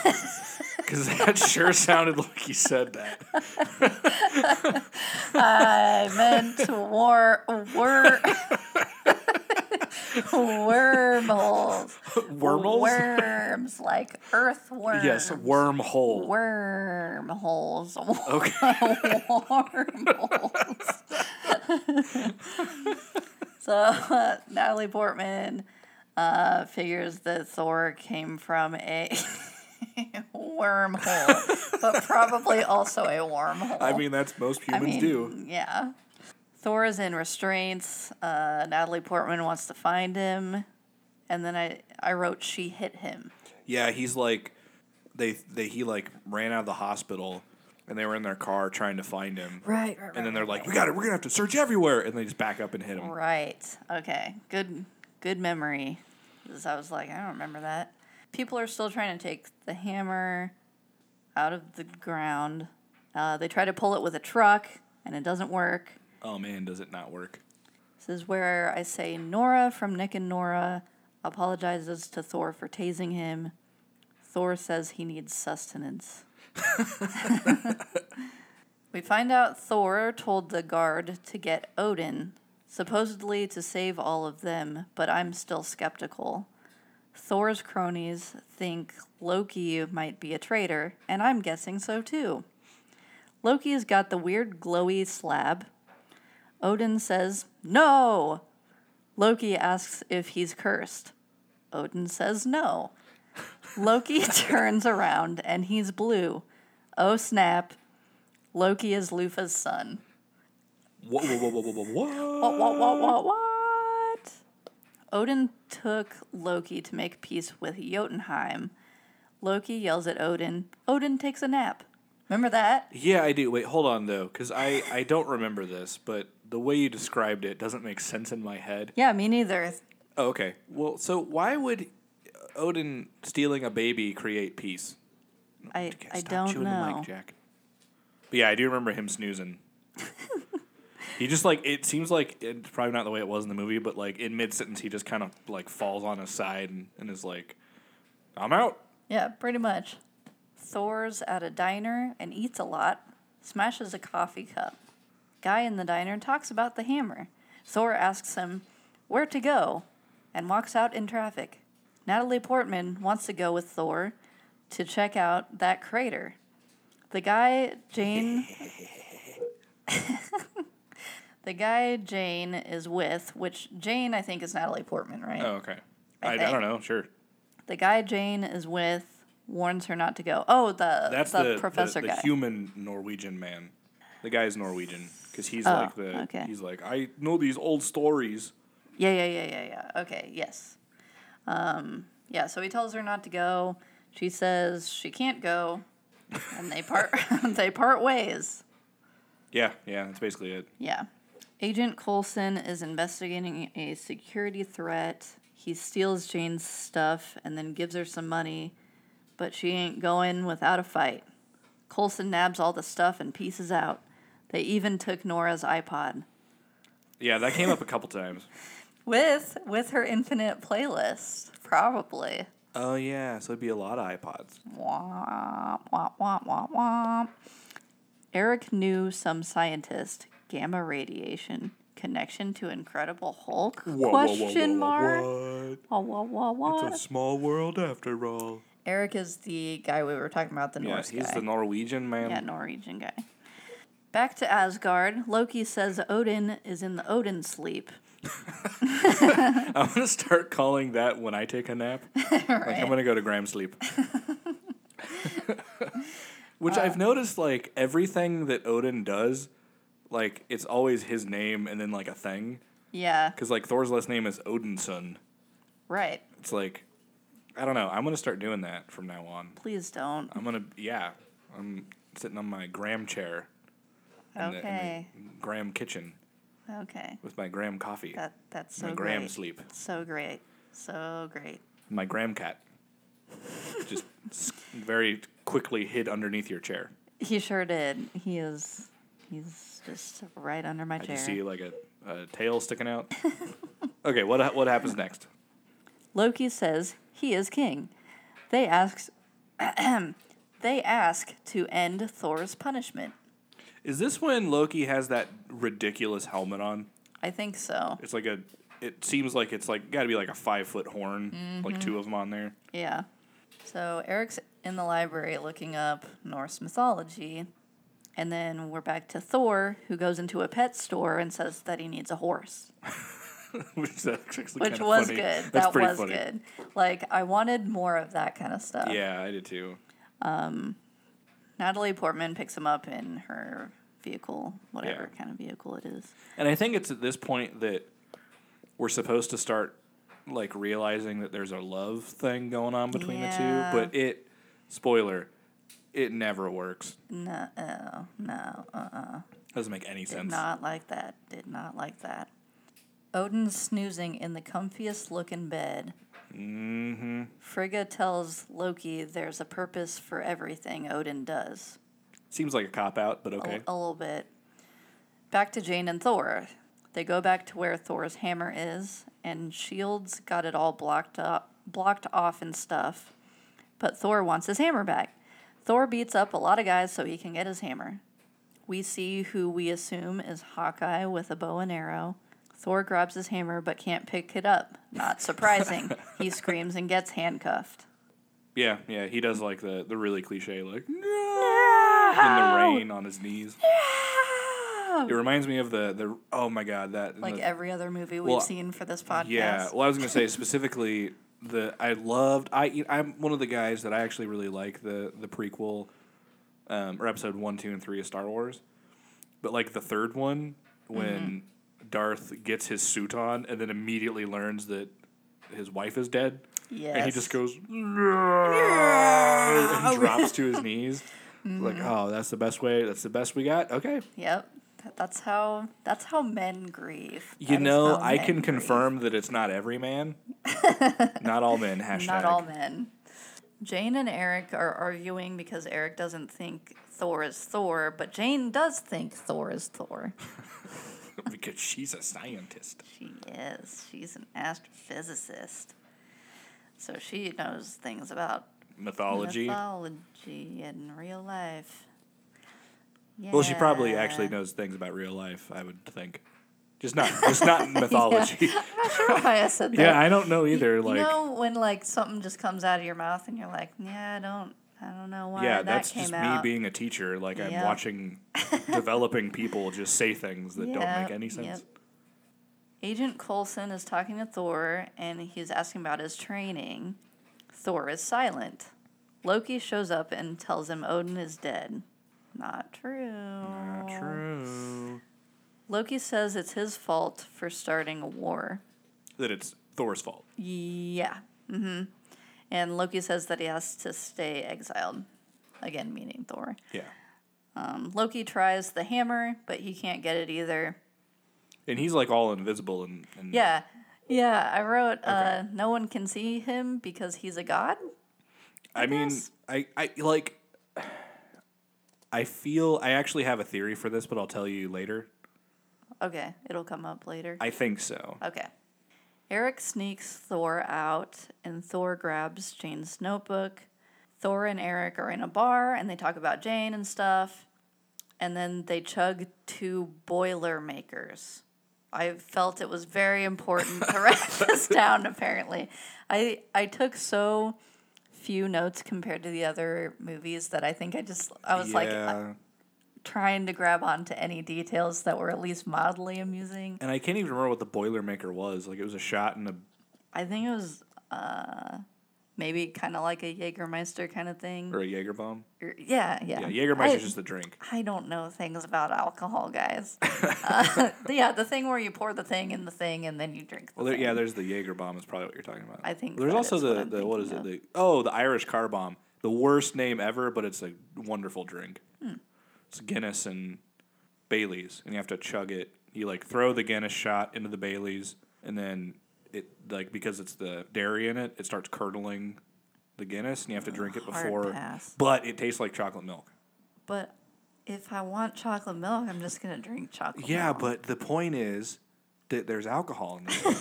Speaker 2: Because that sure sounded like you said that.
Speaker 1: I meant war wor wormholes.
Speaker 2: Wormholes.
Speaker 1: Worms like earthworms.
Speaker 2: Yes, wormhole.
Speaker 1: wormholes.
Speaker 2: okay.
Speaker 1: Wormholes. so uh, Natalie Portman uh, figures that Thor came from a wormhole, but probably also a wormhole.
Speaker 2: I mean, that's most humans do.
Speaker 1: Yeah. Thor is in restraints. Uh, Natalie Portman wants to find him. And then I, I wrote, she hit him.
Speaker 2: Yeah, he's like, they they he like ran out of the hospital, and they were in their car trying to find him.
Speaker 1: Right, right,
Speaker 2: And then they're like, we got it. We're gonna have to search everywhere, and they just back up and hit him.
Speaker 1: Right. Okay. Good. Good memory. 'Cause I was like, I don't remember that. People are still trying to take the hammer out of the ground. Uh, they try to pull it with a truck, and it doesn't work.
Speaker 2: Oh man, does it not work?
Speaker 1: This is where I say Nora from Nick and Nora apologizes to Thor for tasing him. Thor says he needs sustenance. we find out Thor told the guard to get Odin, supposedly to save all of them, but I'm still skeptical. Thor's cronies think Loki might be a traitor, and I'm guessing so too. Loki's got the weird glowy slab. Odin says, No! Loki asks if he's cursed. Odin says no. Loki turns around and he's blue. Oh snap. Loki is Lufa's son.
Speaker 2: Whoa, whoa, whoa, whoa, whoa, whoa,
Speaker 1: What, what, what, what, what? Odin took Loki to make peace with Jotunheim. Loki yells at Odin. Odin takes a nap. Remember that?
Speaker 2: Yeah, I do. Wait, hold on though, because I I don't remember this, but the way you described it doesn't make sense in my head.
Speaker 1: Yeah, me neither.
Speaker 2: Oh, okay. Well, so why would Odin stealing a baby create peace?
Speaker 1: I,
Speaker 2: Okay,
Speaker 1: I
Speaker 2: stop
Speaker 1: don't
Speaker 2: chewing The
Speaker 1: know.
Speaker 2: mic, Jack. But yeah, I do remember him snoozing. he just like it seems like it's probably not the way it was in the movie, but like in mid sentence, he just kind of like falls on his side and, and is like, "I'm out."
Speaker 1: Yeah, pretty much. Thor's at a diner and eats a lot, smashes a coffee cup. Guy in the diner talks about the hammer. Thor asks him where to go and walks out in traffic. Natalie Portman wants to go with Thor to check out that crater. The guy Jane The guy Jane is with, which Jane I think is Natalie Portman, right?
Speaker 2: Oh, okay.
Speaker 1: I
Speaker 2: I, I
Speaker 1: think.
Speaker 2: don't know. Sure.
Speaker 1: The guy Jane is with warns her not to go. Oh, the
Speaker 2: That's
Speaker 1: the,
Speaker 2: the, the-
Speaker 1: professor
Speaker 2: the,
Speaker 1: guy.
Speaker 2: human Norwegian man. The guy's Norwegian because he's
Speaker 1: Oh,
Speaker 2: like the
Speaker 1: okay.
Speaker 2: he's like I know these old stories.
Speaker 1: yeah, yeah, yeah, yeah, yeah. Okay, yes. Um, yeah, so he tells her not to go. She says she can't go, and they part they part ways.
Speaker 2: Yeah, yeah, that's basically it.
Speaker 1: Yeah. Agent Coulson is investigating a security threat. He steals Jane's stuff and then gives her some money, but she ain't going without a fight. Coulson nabs all the stuff and pieces out. They even took Nora's iPod
Speaker 2: Yeah, that came up a couple times.
Speaker 1: with with her infinite playlist, probably.
Speaker 2: Oh yeah, so it'd be a lot of iPods.
Speaker 1: Womp, womp, womp, womp, womp. Eric knew some scientist. Gamma radiation connection to Incredible Hulk? question mark. Wah, wah, wah, wah.
Speaker 2: small world after all.
Speaker 1: Eric is the guy we were talking about, the
Speaker 2: Yeah,
Speaker 1: Norse
Speaker 2: he's
Speaker 1: guy.
Speaker 2: the Norwegian man.
Speaker 1: yeah, Norwegian guy. Back to Asgard. Loki says Odin is in the Odin sleep.
Speaker 2: I'm gonna start calling that when I take a nap. Like I'm gonna go to Graham sleep.
Speaker 1: Uh,
Speaker 2: Which I've noticed, like everything that Odin does, like it's always his name and then like a thing.
Speaker 1: Yeah,
Speaker 2: Because like Thor's last name is Odinson.
Speaker 1: right.
Speaker 2: It's like, I don't know. I'm gonna start doing that from now on.
Speaker 1: Please don't.
Speaker 2: I'm gonna yeah. I'm sitting on my Graham chair. in the- in the
Speaker 1: Okay.
Speaker 2: Graham kitchen
Speaker 1: Okay.
Speaker 2: with my Graham coffee.
Speaker 1: That that's so
Speaker 2: my
Speaker 1: great.
Speaker 2: Graham sleep.
Speaker 1: So great. So great.
Speaker 2: My Graham cat. Just s- very quickly hid underneath your chair.
Speaker 1: He sure did. He is. He's just right under my
Speaker 2: I
Speaker 1: chair.
Speaker 2: can see like a, a tail sticking out. okay, what ha- what happens next?
Speaker 1: Loki says he is king. They ask, they ask to end Thor's punishment.
Speaker 2: Is this when Loki has that ridiculous helmet on?
Speaker 1: I think so.
Speaker 2: It's like a. It seems like it's like got to be like a five foot horn, like
Speaker 1: Mm-hmm.
Speaker 2: two of them on there.
Speaker 1: Yeah. So Eric's in the library looking up Norse mythology. And then we're back to Thor, who goes into a pet store and says that he needs a horse,
Speaker 2: which is actually
Speaker 1: which
Speaker 2: kinda
Speaker 1: was
Speaker 2: funny.
Speaker 1: good.
Speaker 2: That's
Speaker 1: that
Speaker 2: pretty
Speaker 1: was
Speaker 2: funny.
Speaker 1: good. Like, I wanted more of that kind of stuff.
Speaker 2: Yeah, I did too.
Speaker 1: Natalie Portman picks him up in her vehicle, whatever
Speaker 2: Yeah.
Speaker 1: kind of vehicle it is.
Speaker 2: And I think it's at this point that we're supposed to start like realizing that there's a love thing going on between
Speaker 1: Yeah.
Speaker 2: the two, but it spoiler, it never works.
Speaker 1: No, oh, no, uh,
Speaker 2: Doesn't make any
Speaker 1: did
Speaker 2: sense.
Speaker 1: not like that. Did not like that. Odin snoozing in the comfiest looking bed. Mm-hmm. Frigga tells Loki there's a purpose for everything Odin does.
Speaker 2: Seems like a cop out, but
Speaker 1: A-
Speaker 2: okay.
Speaker 1: A, little bit. Back to Jane and Thor. They go back to where Thor's hammer is, and Shields got it all blocked up, blocked off and stuff. But Thor wants his hammer back. Thor beats up a lot of guys so he can get his hammer. We see who we assume is Hawkeye with a bow and arrow. Thor grabs his hammer but can't pick it up. Not surprising. he screams and gets handcuffed.
Speaker 2: Yeah, yeah, he does like the the really cliche like no! in the rain on his knees.
Speaker 1: Yeah.
Speaker 2: It reminds me of the the oh my god that
Speaker 1: Like
Speaker 2: the-
Speaker 1: every other movie we've
Speaker 2: Well,
Speaker 1: seen for this podcast.
Speaker 2: Yeah. Well, I was gonna say specifically the I loved I I'm one of the guys that I actually really like the the prequel, um, or episode one, two, and three of Star Wars, but like the third one when Darth gets his suit on and then immediately learns that his wife is dead, and he
Speaker 1: Yes.
Speaker 2: just goes and drops to his knees. Like, oh, that's the best way. That's the best we got. Okay,
Speaker 1: Yep. That- That's how that's how men grieve. That
Speaker 2: You
Speaker 1: is
Speaker 2: know,
Speaker 1: how
Speaker 2: I
Speaker 1: men
Speaker 2: can
Speaker 1: grieve.
Speaker 2: confirm that it's not every man. not all men. Hashtag.
Speaker 1: Not all men. Jane and Eric are arguing because Eric doesn't think Thor is Thor, but Jane does think Thor is Thor.
Speaker 2: because she's a scientist.
Speaker 1: She is. She's an astrophysicist. So she knows things about
Speaker 2: Mythology.
Speaker 1: mythology and real life.
Speaker 2: Well, she probably actually
Speaker 1: Yeah.
Speaker 2: knows things about real life. I would think. Just not. Just not mythology. Yeah.
Speaker 1: I'm not sure why I said that.
Speaker 2: I don't know either. like.
Speaker 1: you know when like something just comes out of your mouth and you're like, yeah, I don't, I don't know why
Speaker 2: yeah,
Speaker 1: that
Speaker 2: that's
Speaker 1: came
Speaker 2: just
Speaker 1: out.
Speaker 2: me being a teacher. Like I'm
Speaker 1: Yeah.
Speaker 2: watching developing people just say things that don't
Speaker 1: Yeah,
Speaker 2: make any
Speaker 1: yep.
Speaker 2: sense.
Speaker 1: Agent Coulson is talking to Thor and he's asking about his training. Thor is silent. Loki shows up and tells him Odin is dead. Not true.
Speaker 2: Not true.
Speaker 1: Loki says it's his fault for starting a war.
Speaker 2: That it's Thor's fault.
Speaker 1: Yeah. Mm-hmm. And Loki says that he has to stay exiled. Again, meaning Thor.
Speaker 2: Yeah.
Speaker 1: Um, Loki tries the hammer, but he can't get it either.
Speaker 2: And he's like all invisible and, and
Speaker 1: Yeah. Yeah, I wrote uh, no one can see him because he's a god.
Speaker 2: I, mean,
Speaker 1: guess.
Speaker 2: I, I like. I feel I actually have a theory for this, but I'll tell you later.
Speaker 1: Okay, it'll come up later.
Speaker 2: I think so.
Speaker 1: Okay. Eric sneaks Thor out, and Thor grabs Jane's notebook. Thor and Eric are in a bar, and they talk about Jane and stuff. And then they chug two Boilermakers. I felt it was very important to write this down, apparently. I, I took so few notes compared to the other movies that I think I just, I was like uh,
Speaker 2: Yeah.
Speaker 1: trying to grab onto any details that were at least mildly amusing.
Speaker 2: and I can't even remember what the Boilermaker was. Like it was a shot in a.
Speaker 1: I think it was uh, maybe kind of like a Jägermeister kind of thing.
Speaker 2: or a Jaeger bomb.
Speaker 1: Or- Yeah, yeah.
Speaker 2: Yeah, Jaegermeister's
Speaker 1: I,
Speaker 2: just a drink.
Speaker 1: I don't know things about alcohol, guys. uh, yeah, the thing where you pour the thing in the thing and then you drink the
Speaker 2: Well, there,
Speaker 1: thing.
Speaker 2: yeah, there's the Jaeger bomb. Is probably what you're talking about.
Speaker 1: I think
Speaker 2: there's
Speaker 1: that
Speaker 2: also
Speaker 1: is
Speaker 2: the
Speaker 1: what I'm
Speaker 2: the what is
Speaker 1: thinking
Speaker 2: it? The, oh, the Irish car bomb. The worst name ever, but it's a wonderful drink.
Speaker 1: Hmm.
Speaker 2: It's Guinness and Bailey's, and you have to chug it. You like throw the Guinness shot into the Bailey's, and then it like because it's the dairy in it, it starts curdling the Guinness, and you have to drink it
Speaker 1: hard
Speaker 2: before.
Speaker 1: pass.
Speaker 2: But it tastes like chocolate milk.
Speaker 1: But if I want chocolate milk, I'm just going to drink chocolate
Speaker 2: Yeah,
Speaker 1: milk.
Speaker 2: but the point is that there's alcohol in it.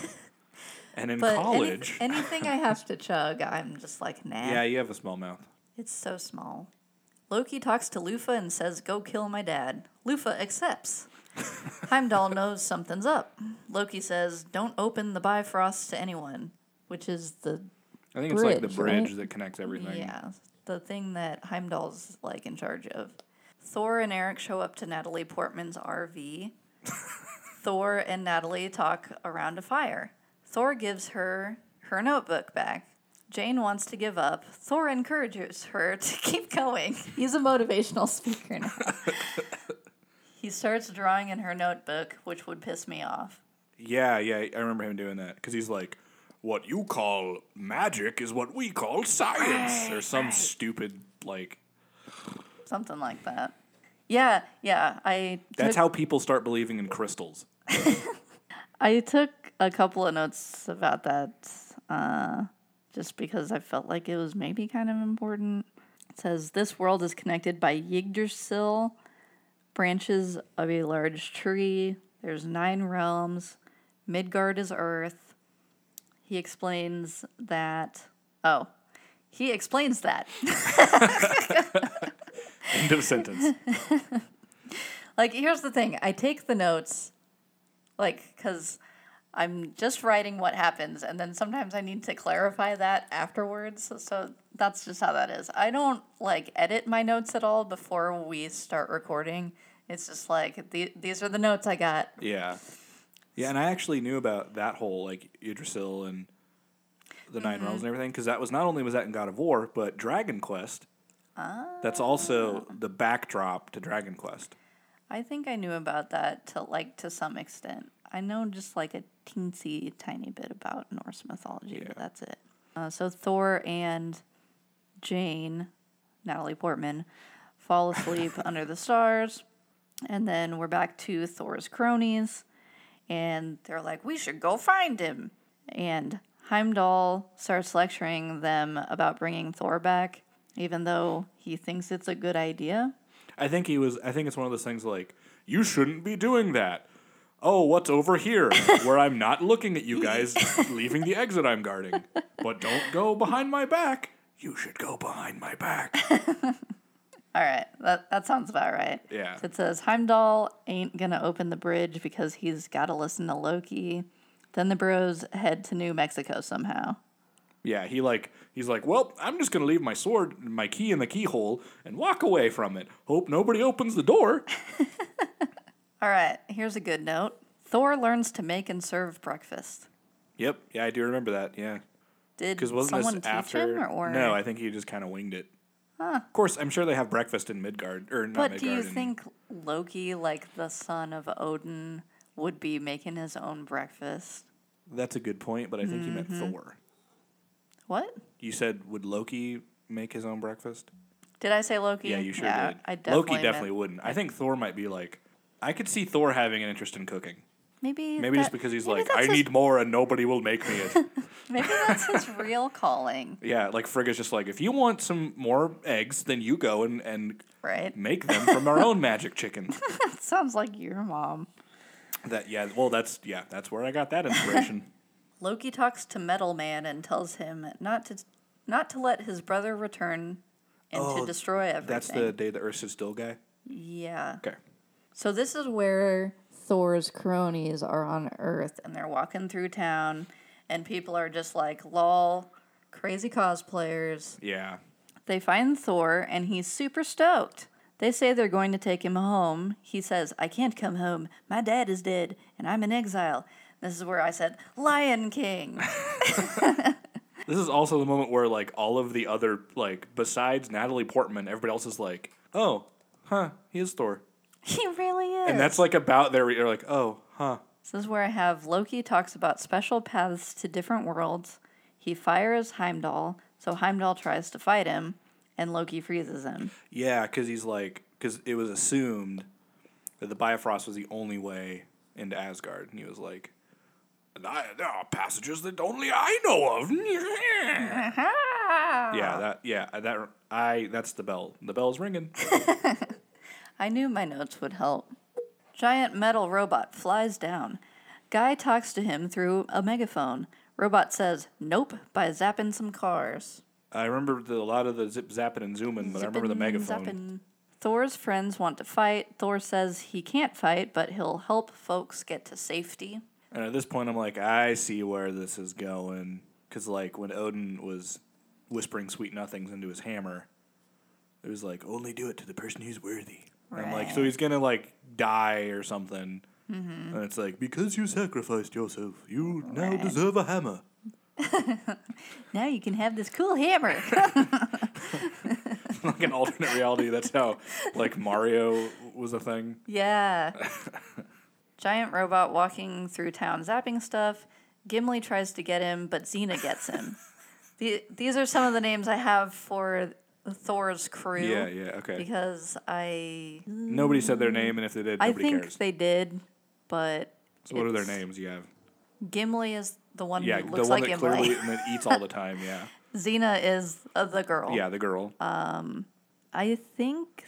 Speaker 2: and in
Speaker 1: But any-
Speaker 2: college,
Speaker 1: anything I have to chug, I'm just like, nah.
Speaker 2: yeah, you have a small mouth.
Speaker 1: It's so small. Loki talks to Lufa and says, Go kill my dad. Lufa accepts. Heimdall knows something's up. Loki says, Don't open the Bifrost to anyone, which is the,
Speaker 2: I think it's like the
Speaker 1: Bridge, right?
Speaker 2: bridge that connects everything.
Speaker 1: yeah, the thing that Heimdall's like in charge of. Thor and Eric show up to Natalie Portman's RV. Thor and Natalie talk around a fire. Thor gives her her notebook back. Jane wants to give up. Thor encourages her to keep going. He's a motivational speaker now. he starts drawing in her notebook, which would piss me off.
Speaker 2: Yeah, yeah, I remember him doing that because he's like, "What you call magic is what we call science," or some stupid like.
Speaker 1: Something like that. Yeah, yeah. I
Speaker 2: That's
Speaker 1: took-
Speaker 2: how people start believing in crystals.
Speaker 1: I took a couple of notes about that uh, just because I felt like it was maybe kind of important. It says this world is connected by Yggdrasil, branches of a large tree. There's nine realms. Midgard is Earth. He explains that. Oh, he explains that.
Speaker 2: End of sentence.
Speaker 1: Like, here's the thing I take the notes, like, because I'm just writing what happens, and then sometimes I need to clarify that afterwards. So, so that's just how that is. I don't, like, edit my notes at all before we start recording. It's just like the, these are the notes I got.
Speaker 2: Yeah. Yeah, and I actually knew about that whole like Yggdrasil and the 9 realms
Speaker 1: Mm-hmm.
Speaker 2: and everything because that was not only was that in God of War, but Dragon Quest. That's
Speaker 1: Ah.
Speaker 2: also the backdrop to Dragon Quest.
Speaker 1: I think I knew about that to like to some extent. I know just like a teensy tiny bit about Norse mythology, but that's it. Uh, so Thor and Jane, Natalie Portman, fall asleep under the stars, and then we're back to Thor's cronies, and they're like, "We should go find him." And Heimdall starts lecturing them about bringing Thor back, even though he thinks it's a good idea.
Speaker 2: I think he was. I think it's one of those things like you shouldn't be doing that. Oh, what's over here where I'm not looking at you guys leaving the exit I'm guarding? But don't go behind my back. You should go behind my back.
Speaker 1: All right, that, that sounds about right.
Speaker 2: Yeah.
Speaker 1: So It says Heimdall ain't gonna open the bridge because he's gotta listen to Loki. Then the bros head to New Mexico somehow.
Speaker 2: Yeah, he like he's like, well, I'm just gonna leave my sword, my key in the keyhole, and walk away from it. Hope nobody opens the door.
Speaker 1: All right, here's a good note Thor learns to make and serve breakfast.
Speaker 2: yep. Yeah, I do remember that. Yeah,
Speaker 1: Did
Speaker 2: because wasn't
Speaker 1: someone
Speaker 2: this
Speaker 1: teach
Speaker 2: after?
Speaker 1: him? Or,
Speaker 2: No, I think he just kind of winged it. Of course, I'm sure they have breakfast in Midgard or not
Speaker 1: but
Speaker 2: Midgard.
Speaker 1: do you
Speaker 2: in-
Speaker 1: think Loki, like the son of Odin, would be making his own breakfast?
Speaker 2: that's a good point? But I think he meant
Speaker 1: Mm-hmm.
Speaker 2: Thor.
Speaker 1: What?
Speaker 2: You said would Loki make his own breakfast?
Speaker 1: Did I say Loki?
Speaker 2: Yeah, you sure did.
Speaker 1: I definitely
Speaker 2: Loki definitely
Speaker 1: meant-
Speaker 2: wouldn't. I think Thor might be like. I could see Thor having an interest in cooking.
Speaker 1: Maybe
Speaker 2: Maybe
Speaker 1: that,
Speaker 2: just because he's
Speaker 1: maybe
Speaker 2: like,
Speaker 1: that's
Speaker 2: I
Speaker 1: his-
Speaker 2: need more and nobody will make me it.
Speaker 1: Maybe that's his real calling,
Speaker 2: Yeah, like Frigga's just like, if you want some more eggs, then you go and, and
Speaker 1: right?
Speaker 2: make them from our own magic chicken.
Speaker 1: Sounds like your mom.
Speaker 2: That yeah, well that's yeah, that's where I got that inspiration.
Speaker 1: Loki talks to Metal Man and tells him not to not to let his brother return and
Speaker 2: Oh,
Speaker 1: to destroy everything.
Speaker 2: that's the day the Earth is still guy.
Speaker 1: yeah.
Speaker 2: Okay.
Speaker 1: So this is where Thor's cronies are on Earth and they're walking through town and people are just like lol crazy cosplayers.
Speaker 2: Yeah.
Speaker 1: They find Thor and he's super stoked. They say they're going to take him home. He says, I can't come home. My dad is dead and I'm in exile. This is where I said, Lion King.
Speaker 2: This is also the moment where like all of the other like besides Natalie Portman, everybody else is like, Oh, huh, he is Thor.
Speaker 1: he really is.
Speaker 2: And that's like about their re- they're like, Oh, huh.
Speaker 1: This is where I have Loki talks about special paths to different worlds. He fires Heimdall, so Heimdall tries to fight him, and Loki freezes him.
Speaker 2: Yeah, because he's like, because it was assumed that the Bifrost was the only way into Asgard, and he was like, "I- "There are passages that only I know of." yeah, that yeah uh, that I that's the bell. The bell's ringing.
Speaker 1: I knew my notes would help. Giant metal robot flies down. Guy talks to him through a megaphone. Robot says, Nope, by zapping some cars.
Speaker 2: I remember the, a lot of the zip zapping and zooming, but I remember the
Speaker 1: Zippin',
Speaker 2: megaphone.
Speaker 1: zappin'. Thor's friends want to fight. Thor says he can't fight, but he'll help folks get to safety.
Speaker 2: And at this point, I'm like, I see where this is going. Because, like, when Odin was whispering sweet nothings into his hammer, it was like, only do it to the person who's worthy. And I'm like, so he's going to, like, die or something. And it's like, because you sacrificed yourself, you now deserve a hammer.
Speaker 1: Now you can have this cool hammer.
Speaker 2: like, an alternate reality, that's how, like, Mario was a thing.
Speaker 1: Yeah. Giant robot walking through town zapping stuff. Gimli tries to get him, but Xena gets him. the, these are some of the names I have for Thor's crew.
Speaker 2: Yeah, yeah, okay.
Speaker 1: Because I
Speaker 2: Nobody said their name, and if they did,
Speaker 1: I
Speaker 2: nobody
Speaker 1: think
Speaker 2: cares.
Speaker 1: they did, but
Speaker 2: so, what are their
Speaker 1: it's-
Speaker 2: names you have?
Speaker 1: Gimli is the one
Speaker 2: Yeah,
Speaker 1: who
Speaker 2: the
Speaker 1: looks
Speaker 2: one
Speaker 1: like
Speaker 2: that
Speaker 1: Gimli.
Speaker 2: clearly and that eats all the time, yeah.
Speaker 1: Xena is uh, the girl.
Speaker 2: Yeah, the girl.
Speaker 1: I think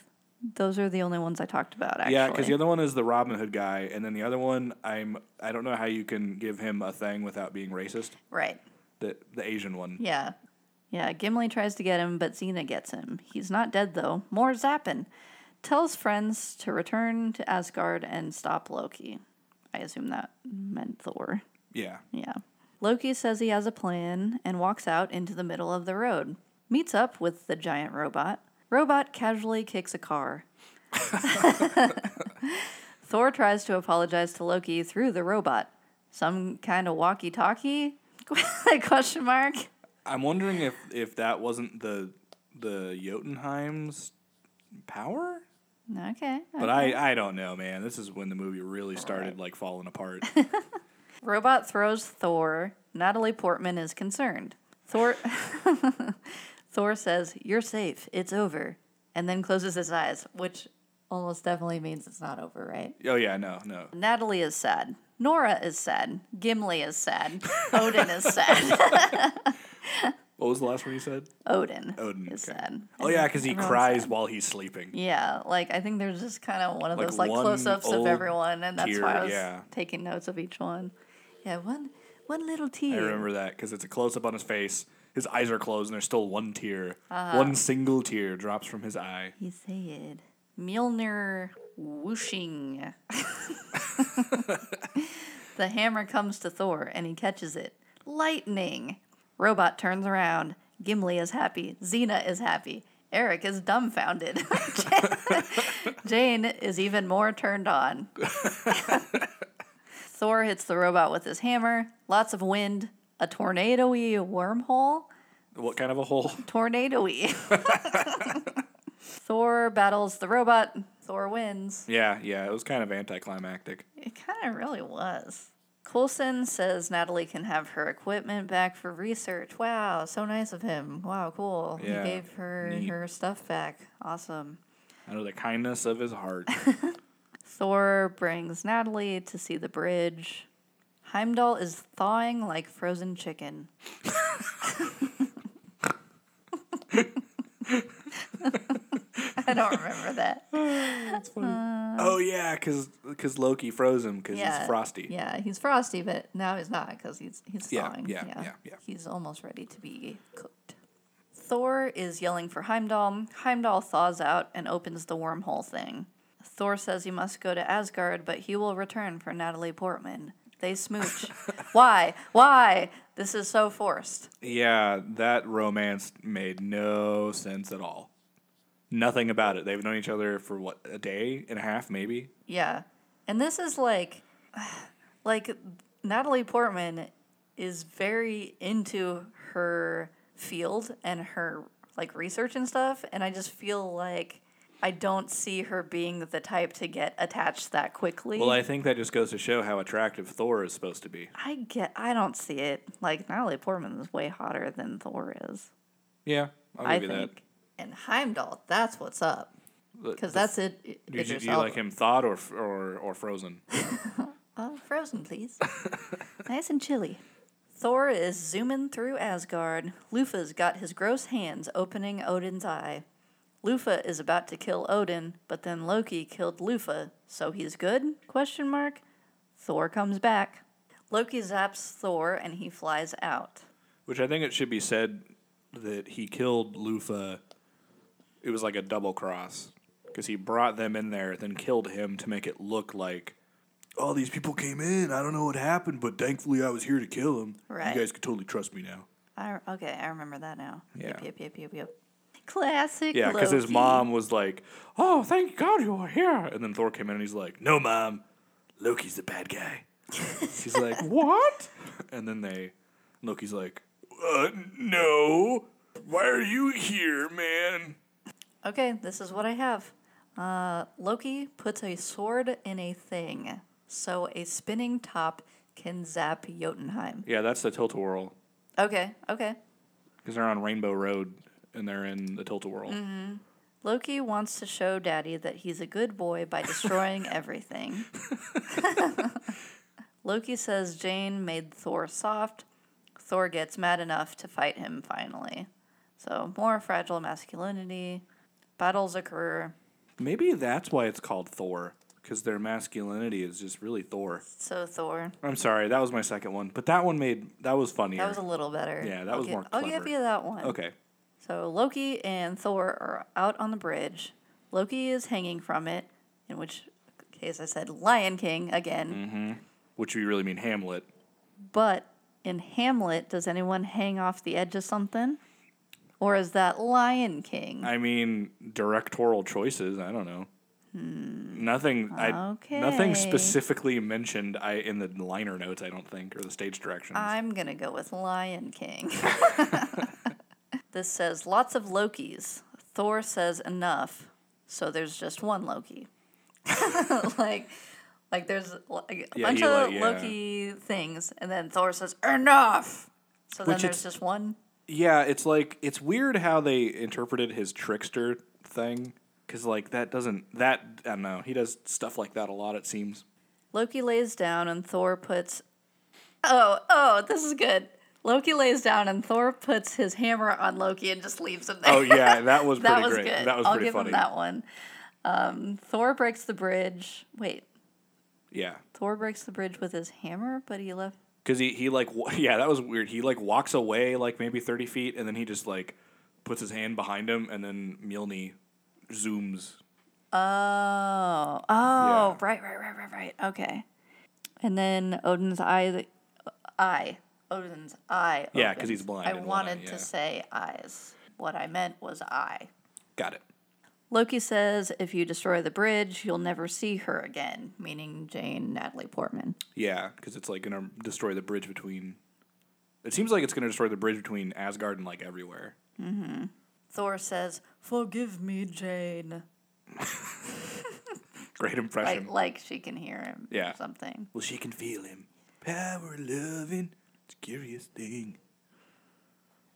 Speaker 1: those are the only ones I talked about. Actually.
Speaker 2: Yeah, because the other one is the Robin Hood guy, and then the other one, I'm I don't know how you can give him a thing without being racist.
Speaker 1: right.
Speaker 2: The the Asian one.
Speaker 1: Yeah. Yeah, Gimli tries to get him, but Xena gets him. He's not dead, though. More zapping. Tells friends to return to Asgard and stop Loki. I assume that meant Thor.
Speaker 2: Yeah,
Speaker 1: Yeah. Loki says he has a plan and walks out into the middle of the road. Meets up with the giant robot. Robot casually kicks a car. Thor tries to apologize to Loki through the robot. Some kind of walkie-talkie? Question mark.
Speaker 2: I'm wondering if if that wasn't the the Jotunheim's power.
Speaker 1: Okay.
Speaker 2: But I, I don't know, man. This is when the movie really started like falling apart.
Speaker 1: Robot throws Thor. Natalie Portman is concerned. Thor Thor says, "You're safe. It's over." And then closes his eyes, which almost definitely means it's not over, right?
Speaker 2: oh yeah, no, no.
Speaker 1: Natalie is sad. Nora is sad. Gimli is sad. Odin is sad.
Speaker 2: What was the last one you said?
Speaker 1: Odin.
Speaker 2: Odin,
Speaker 1: is
Speaker 2: okay.
Speaker 1: sad.
Speaker 2: Oh yeah, because he
Speaker 1: Everyone's
Speaker 2: cries while he's sleeping.
Speaker 1: Yeah, like I think there's just kind of one of
Speaker 2: Like
Speaker 1: those like
Speaker 2: one
Speaker 1: close-ups of
Speaker 2: old
Speaker 1: everyone, and that's why
Speaker 2: tear,
Speaker 1: I was
Speaker 2: yeah.
Speaker 1: taking notes of each one. Yeah, one one little
Speaker 2: I
Speaker 1: tear.
Speaker 2: remember that because it's a close up on his face. His eyes are closed, and there's still one tear, one single tear drops from his eye.
Speaker 1: He said, Mjolnir whooshing. the hammer comes to Thor and he catches it. Lightning. Robot turns around. Gimli is happy. Xena is happy. Eric is dumbfounded. Jane is even more turned on. Thor hits the robot with his hammer. Lots of wind. A tornadoy wormhole
Speaker 2: What kind of a hole?
Speaker 1: tornadoy. Thor battles the robot. Thor wins.
Speaker 2: yeah, yeah. It was kind of anticlimactic.
Speaker 1: It kind of really was. Coulson says Natalie can have her equipment back for research. Wow, so nice of him. Wow, cool.
Speaker 2: Yeah,
Speaker 1: he gave her
Speaker 2: neat.
Speaker 1: her stuff back. Awesome.
Speaker 2: Out of the kindness of his heart.
Speaker 1: Thor brings Natalie to see the bridge. Heimdall is thawing like frozen chicken. I don't remember that.
Speaker 2: oh yeah, because Loki froze him because he's frosty.
Speaker 1: Uh. Yeah, he's frosty, but now he's not because he's he's
Speaker 2: Yeah,
Speaker 1: thawing.
Speaker 2: yeah, yeah, yeah.
Speaker 1: He's almost ready to be cooked. Thor is yelling for Heimdall. Heimdall thaws out and opens the wormhole thing. Thor says he must go to Asgard, but he will return for Natalie Portman. They smooch. Why? Why? This is so forced.
Speaker 2: Yeah, that romance made no sense at all. Nothing about it. They've known each other for what a day and a half, maybe.
Speaker 1: Yeah. And this is like like Natalie Portman is very into her field and her like research and stuff and I just feel like I don't see her being the type to get attached that quickly.
Speaker 2: Well, I think that just goes to show how attractive Thor is supposed to be.
Speaker 1: I get I don't see it. Like Natalie Portman is way hotter than Thor is.
Speaker 2: Yeah, I'll
Speaker 1: I
Speaker 2: give you
Speaker 1: think. And Heimdall, that's what's up.
Speaker 2: that.
Speaker 1: Because that's it.
Speaker 2: Do you, do you like him thawed or f- or or frozen?
Speaker 1: Oh, frozen, please. nice and chilly. Thor is zooming through Asgard. Lufa's got his gross hands opening Odin's eye. Lufa is about to kill Odin, but then Loki killed Lufa, so he's good? Question mark. Thor comes back. Loki zaps Thor and he flies out.
Speaker 2: Which I think it should be said that he killed Lufa. It was like a double cross because he brought them in there, then killed him to make it look like, oh, these people came in. I don't know what happened, but thankfully I was here to kill them.
Speaker 1: Right.
Speaker 2: You guys can totally trust me now.
Speaker 1: I, okay, I remember that now. Yep,
Speaker 2: Yeah.
Speaker 1: yep, yep, yep, yep. Classic.
Speaker 2: Yeah, because his
Speaker 1: Loki.
Speaker 2: mom was like, oh, thank God you are here. And then Thor came in and he's like, no, mom, Loki's the bad guy. She's like, what? And then they, Loki's like, uh, no. Why are you here, man?
Speaker 1: Okay, this is what I have. Uh, Loki puts a sword in a thing, so a spinning top can zap Jotunheim.
Speaker 2: Yeah, that's the Tilt a Whirl
Speaker 1: Okay, okay.
Speaker 2: because they're on Rainbow Road and they're in the Tilt a Whirl.
Speaker 1: Mm-hmm. Loki wants to show Daddy that he's a good boy by destroying everything. Loki says Jane made Thor soft. Thor gets mad enough to fight him finally. So, more fragile masculinity. Battles occur.
Speaker 2: Maybe that's why it's called Thor because their masculinity is just really Thor.
Speaker 1: So, Thor.
Speaker 2: I'm sorry, that was my second one, but that one made that was funnier.
Speaker 1: That was a little better.
Speaker 2: Yeah, that
Speaker 1: I'll
Speaker 2: was
Speaker 1: gi-
Speaker 2: more
Speaker 1: I'll give
Speaker 2: clever.
Speaker 1: you that one.
Speaker 2: okay.
Speaker 1: So Loki and Thor are out on the bridge. Loki is hanging from it, in which case I said Lion King again.
Speaker 2: Which we really mean Hamlet.
Speaker 1: But in Hamlet, does anyone hang off the edge of something? Or is that Lion King?
Speaker 2: I mean directorial choices. I don't know. Nothing. I
Speaker 1: Hmm.
Speaker 2: nothing
Speaker 1: Okay.
Speaker 2: specifically mentioned. I in the liner notes. I don't think or the stage directions.
Speaker 1: I'm gonna go with Lion King. this says lots of Lokis. Thor says enough, so there's just one Loki. like, like there's like, a
Speaker 2: Yeah,
Speaker 1: bunch
Speaker 2: he
Speaker 1: of
Speaker 2: like- yeah.
Speaker 1: Loki things, and then Thor says enough. So then
Speaker 2: Which
Speaker 1: there's
Speaker 2: it's-
Speaker 1: just one.
Speaker 2: yeah, it's like it's weird how they interpreted his trickster thing because like that doesn't that I don't know. He does stuff like that a lot. It seems.
Speaker 1: Loki lays down and Thor puts. Oh, oh, this is good. Loki lays down and Thor puts his hammer on Loki and just leaves him there.
Speaker 2: Oh yeah, that was pretty
Speaker 1: that was
Speaker 2: great.
Speaker 1: good.
Speaker 2: That was
Speaker 1: I'll
Speaker 2: pretty
Speaker 1: give
Speaker 2: funny.
Speaker 1: him that one. Um, Thor breaks the bridge. Wait,
Speaker 2: Yeah,
Speaker 1: Thor breaks the bridge with his hammer, but he left.
Speaker 2: because he he like wa- yeah that was weird. He like walks away like maybe thirty feet and then he just like puts his hand behind him and then Mjolnir zooms.
Speaker 1: Oh, oh, right, right, right, right, right. Okay. And then Odin's eye, eye, Odin's eye.
Speaker 2: Yeah, 'cause
Speaker 1: opens.
Speaker 2: he's blind
Speaker 1: I
Speaker 2: in one eye,
Speaker 1: wanted
Speaker 2: yeah.
Speaker 1: to say eyes. What I meant was eye.
Speaker 2: Got it.
Speaker 1: Loki says, if you destroy the bridge, you'll never see her again, meaning Jane Natalie Portman.
Speaker 2: Yeah, because it's like gonna destroy the bridge between. It seems like it's gonna destroy the bridge between Asgard and like everywhere.
Speaker 1: Thor says, Forgive me, Jane.
Speaker 2: Great impression.
Speaker 1: Like, like she can hear him
Speaker 2: Yeah.
Speaker 1: or something.
Speaker 2: well, she can feel him. Power loving, it's a curious thing.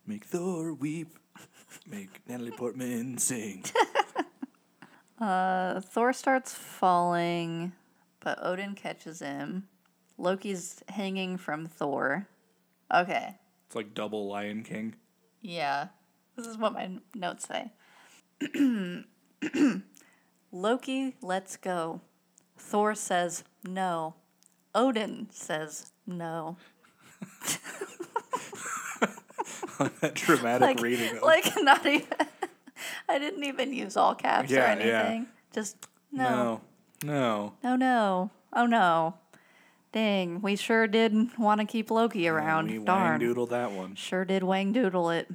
Speaker 2: Make Thor weep. Make Natalie Portman sing.
Speaker 1: Uh, Thor starts falling, but Odin catches him. Loki's hanging from Thor. Okay.
Speaker 2: it's like double Lion King.
Speaker 1: Yeah. This is what my n- notes say. Loki lets go. Thor says no. Odin says no.
Speaker 2: that dramatic
Speaker 1: Like,
Speaker 2: reading. of-
Speaker 1: like not even. I didn't even use all caps or
Speaker 2: Yeah, yeah.
Speaker 1: anything. Just no.
Speaker 2: no, no.
Speaker 1: No, no. Oh, no. Dang, we sure did want to keep Loki around.
Speaker 2: We
Speaker 1: Darn.
Speaker 2: doodle that one.
Speaker 1: Sure did Wang Doodle it.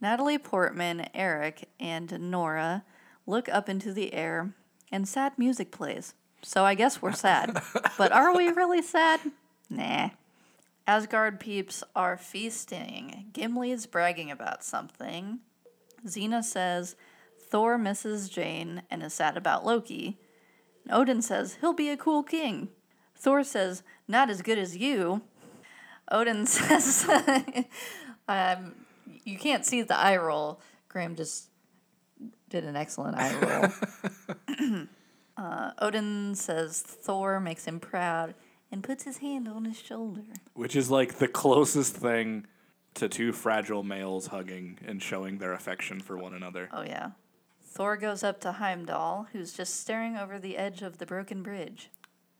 Speaker 1: Natalie Portman, Eric, and Nora look up into the air, and sad music plays. So I guess we're sad. but are we really sad? Nah. Asgard peeps are feasting. Gimli is bragging about something. Xena says Thor misses Jane and is sad about Loki. And Odin says he'll be a cool king. Thor says, not as good as you. Odin says, um, you can't see the eye roll. Graham just did an excellent eye roll. uh, Odin says Thor makes him proud and puts his hand on his shoulder.
Speaker 2: Which is like the closest thing to two fragile males hugging and showing their affection for one another.
Speaker 1: Oh, yeah. Thor goes up to Heimdall, who's just staring over the edge of the broken bridge.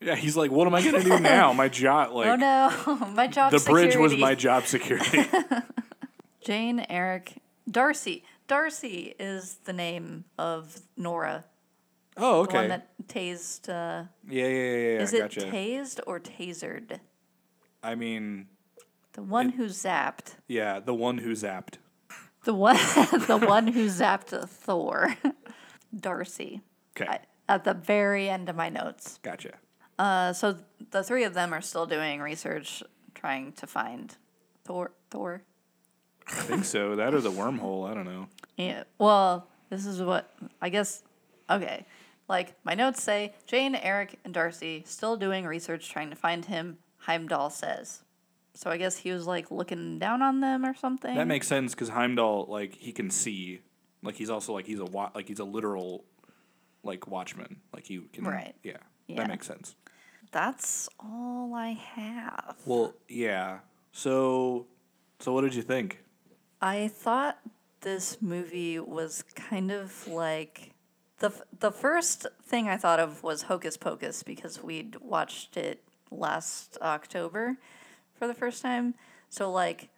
Speaker 2: Yeah, he's like, what am I gonna do now? My job, like
Speaker 1: Oh no, my job
Speaker 2: the bridge was
Speaker 1: security.
Speaker 2: my job security.
Speaker 1: Jane, Eric, Darcy. Darcy is the name of Nora,
Speaker 2: oh,
Speaker 1: the one
Speaker 2: okay.
Speaker 1: that tased. Uh,
Speaker 2: yeah, yeah, yeah, yeah.
Speaker 1: is it
Speaker 2: gotcha.
Speaker 1: tased or tasered?
Speaker 2: I mean,
Speaker 1: The one who zapped.
Speaker 2: yeah, the one who zapped.
Speaker 1: The one the one who zapped Thor. Darcy.
Speaker 2: Okay,
Speaker 1: I, at the very end of my notes.
Speaker 2: gotcha.
Speaker 1: Uh, so the three of them are still doing research trying to find Thor Thor.
Speaker 2: I think so. That or the wormhole. I don't know.
Speaker 1: Yeah. Well, this is what I guess okay. Like my notes say Jane, Eric, and Darcy still doing research trying to find him, Heimdall says. So I guess he was like looking down on them or something.
Speaker 2: That makes sense because Heimdall, like, he can see. Like, he's also like he's a wa- like he's a literal, like watchman. Like he can.
Speaker 1: Right.
Speaker 2: Yeah.
Speaker 1: Yeah.
Speaker 2: That makes sense.
Speaker 1: That's all I have.
Speaker 2: Well, yeah. So, so what did you think?
Speaker 1: I thought this movie was kind of like the f- the first thing I thought of was Hocus Pocus because we'd watched it last October for the first time. So like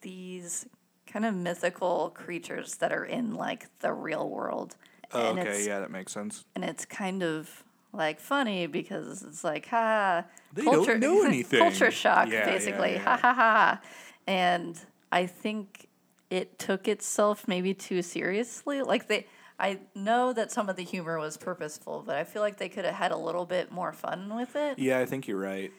Speaker 1: these kind of mythical creatures that are in like the real world. and it's,
Speaker 2: Oh, yeah, that makes sense.
Speaker 1: And it's kind of like funny because it's like ha
Speaker 2: They don't know anything.
Speaker 1: culture shock
Speaker 2: Yeah, yeah,
Speaker 1: basically
Speaker 2: yeah.
Speaker 1: ha ha ha and I think it took itself maybe too seriously like they I know that some of the humor was purposeful, but I feel like they could have had a little bit more fun with it.
Speaker 2: Yeah, I think you're right.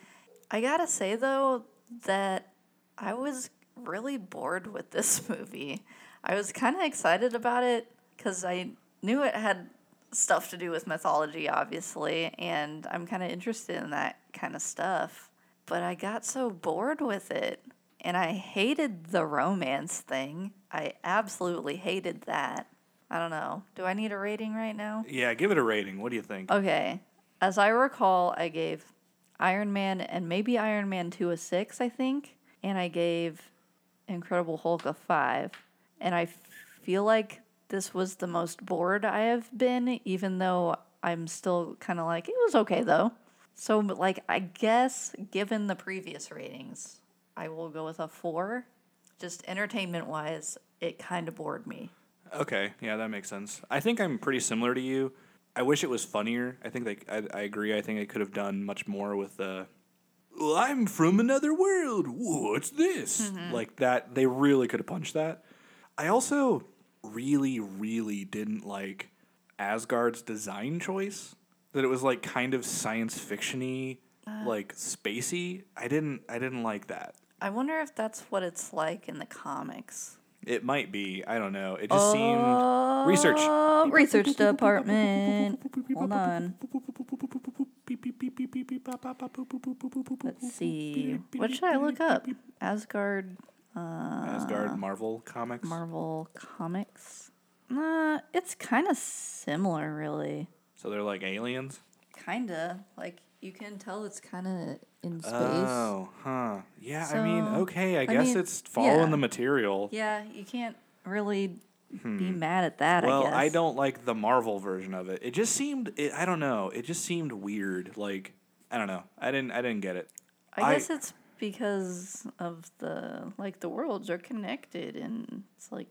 Speaker 1: I gotta say though that I was really bored with this movie. I was kind of excited about it because I knew it had stuff to do with mythology, obviously, and I'm kind of interested in that kind of stuff. But I got so bored with it, and I hated the romance thing. I absolutely hated that. I don't know. Do I need a rating right now?
Speaker 2: Yeah, give it a rating. What do you think?
Speaker 1: Okay. As I recall, I gave Iron Man and maybe Iron Man 2 a 6, I think. And I gave Incredible Hulk a 5. And I f- feel like this was the most bored I have been, even though I'm still kind of like, it was okay though. So, but, like, I guess given the previous ratings, I will go with a 4. Just entertainment wise, it kind of bored me.
Speaker 2: Okay, yeah, that makes sense. I think I'm pretty similar to you. I wish it was funnier. I think they, I, I agree. I think they could have done much more with the. Well, I'm from another world. What's this? Like that. They really could have punched that. I also really, really didn't like Asgard's design choice. That it was like kind of science fictiony, like spacey. I didn't. I didn't like that.
Speaker 1: I wonder if that's what it's like in the comics.
Speaker 2: It might be. I don't know. It just seemed research.
Speaker 1: Oh, research department. Hold on. Let's see. What should I look up? Asgard
Speaker 2: Asgard Marvel comics.
Speaker 1: Marvel Comics. Uh, it's kind of similar, really.
Speaker 2: so they're like aliens.
Speaker 1: Kinda like you can tell it's kind of in space.
Speaker 2: Oh, huh. Yeah. I mean,
Speaker 1: So,
Speaker 2: okay. I,
Speaker 1: I
Speaker 2: guess
Speaker 1: mean,
Speaker 2: it's following
Speaker 1: yeah.
Speaker 2: the material.
Speaker 1: Yeah, you can't really be mad at that. I
Speaker 2: Hmm. well,
Speaker 1: guess.
Speaker 2: I don't like the Marvel version of it. It just seemed. It, I don't know. It just seemed weird. Like I don't know. I didn't. I didn't get it.
Speaker 1: I guess it's because of the like the worlds are connected and it's like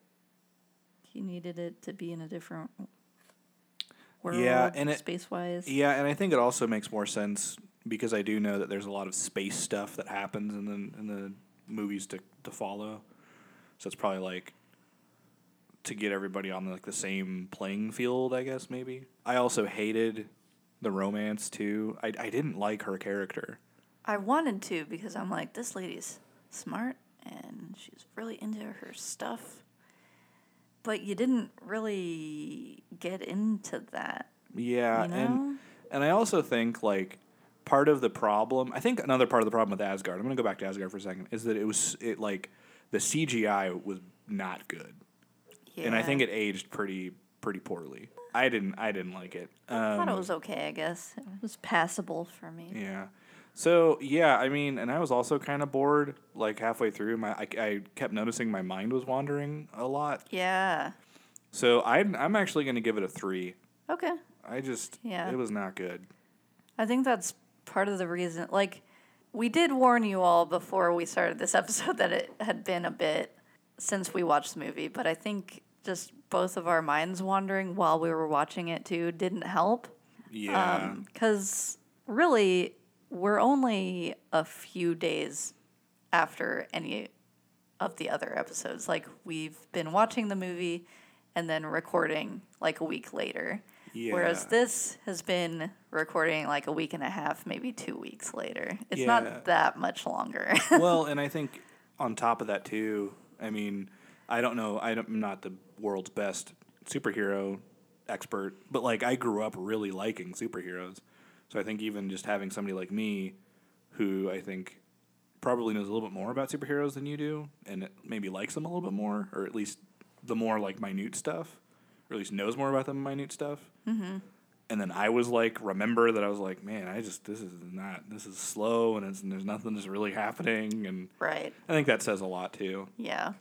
Speaker 1: he needed it to be in a different world
Speaker 2: Yeah, and it- e
Speaker 1: space wise.
Speaker 2: Yeah, and I think it also makes more sense because I do know that there's a lot of space stuff that happens in the in the movies to to follow. So it's probably like to get everybody on like the same playing field, I guess maybe. I also hated the romance too. I I didn't like her character.
Speaker 1: I wanted to because I'm like, this lady's smart and she's really into her stuff. But you didn't really get into that.
Speaker 2: Yeah,
Speaker 1: You know?
Speaker 2: and and I also think like part of the problem. I think another part of the problem with Asgard. I'm going to go back to Asgard for a second. Is that it was it like the CGI was not good.
Speaker 1: Yeah.
Speaker 2: and I think it aged pretty pretty poorly. I didn't I didn't like it.
Speaker 1: I
Speaker 2: Um,
Speaker 1: thought it was okay, I guess. It was passable for me.
Speaker 2: yeah. So yeah, I mean, and I was also kind of bored. Like halfway through, my I, I kept noticing my mind was wandering a lot.
Speaker 1: Yeah.
Speaker 2: So I I'm actually going to give it a three.
Speaker 1: Okay.
Speaker 2: I just
Speaker 1: Yeah.
Speaker 2: it was not good.
Speaker 1: I think that's part of the reason. Like, we did warn you all before we started this episode that it had been a bit since we watched the movie, but I think just both of our minds wandering while we were watching it too didn't help.
Speaker 2: Yeah.
Speaker 1: Um, Because really, we're only a few days after any of the other episodes. Like, we've been watching the movie and then recording like a week later. Whereas
Speaker 2: Yeah.
Speaker 1: this has been recording like a week and a half, maybe two weeks later. It's
Speaker 2: Yeah.
Speaker 1: not that much longer.
Speaker 2: well, and I think on top of that too, I mean, I don't know, I don't- I'm not the world's best superhero expert, but like I grew up really liking superheroes. So I think even just having somebody like me who I think probably knows a little bit more about superheroes than you do and maybe likes them a little bit more or at least the more like minute stuff or at least knows more about the minute stuff. Mm-hmm. And then I was like, remember that I was like, man, I just this is not this is slow and, it's, and there's nothing that's really happening and
Speaker 1: right.
Speaker 2: I think that says a lot too.
Speaker 1: Yeah.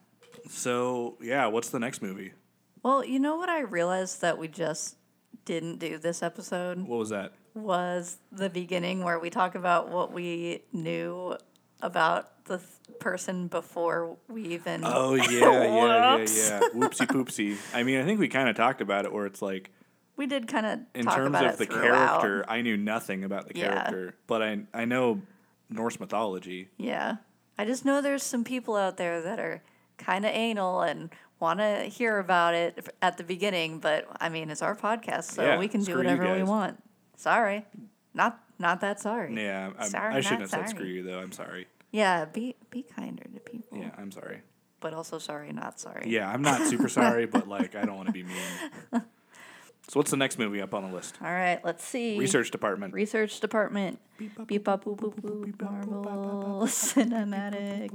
Speaker 2: So yeah, what's the next movie?
Speaker 1: Well, you know what I realized that we just didn't do this episode
Speaker 2: What was that?
Speaker 1: was the beginning where we talk about what we knew about the th- person before we even.
Speaker 2: Oh yeah, yeah, yeah,
Speaker 1: Whoops.
Speaker 2: yeah. Whoopsie poopsie. I mean, I think we kind of talked about it where it's like
Speaker 1: We did kind of
Speaker 2: in
Speaker 1: talk
Speaker 2: terms
Speaker 1: about
Speaker 2: of
Speaker 1: it
Speaker 2: the
Speaker 1: throughout.
Speaker 2: character, I knew nothing about the
Speaker 1: Yeah.
Speaker 2: character, but I I know Norse mythology.
Speaker 1: Yeah. I just know there's some people out there that are kind of anal and want to hear about it f- at the beginning, but I mean, it's our podcast, so
Speaker 2: Yeah,
Speaker 1: we can do
Speaker 2: screw you
Speaker 1: whatever we
Speaker 2: guys.
Speaker 1: want. Sorry, not not that sorry.
Speaker 2: Yeah, I'm,
Speaker 1: Sorry,
Speaker 2: I
Speaker 1: not
Speaker 2: shouldn't have said
Speaker 1: sorry.
Speaker 2: screw you though. I'm sorry.
Speaker 1: Yeah, be be kinder to people,
Speaker 2: Yeah, I'm sorry.
Speaker 1: but also sorry, not sorry.
Speaker 2: Yeah, I'm not super sorry, but like I don't want to be mean. So what's the next movie up on the list?
Speaker 1: All right, let's see.
Speaker 2: Research department.
Speaker 1: Research department. Beep bop boop boop boop. Marvel Cinematic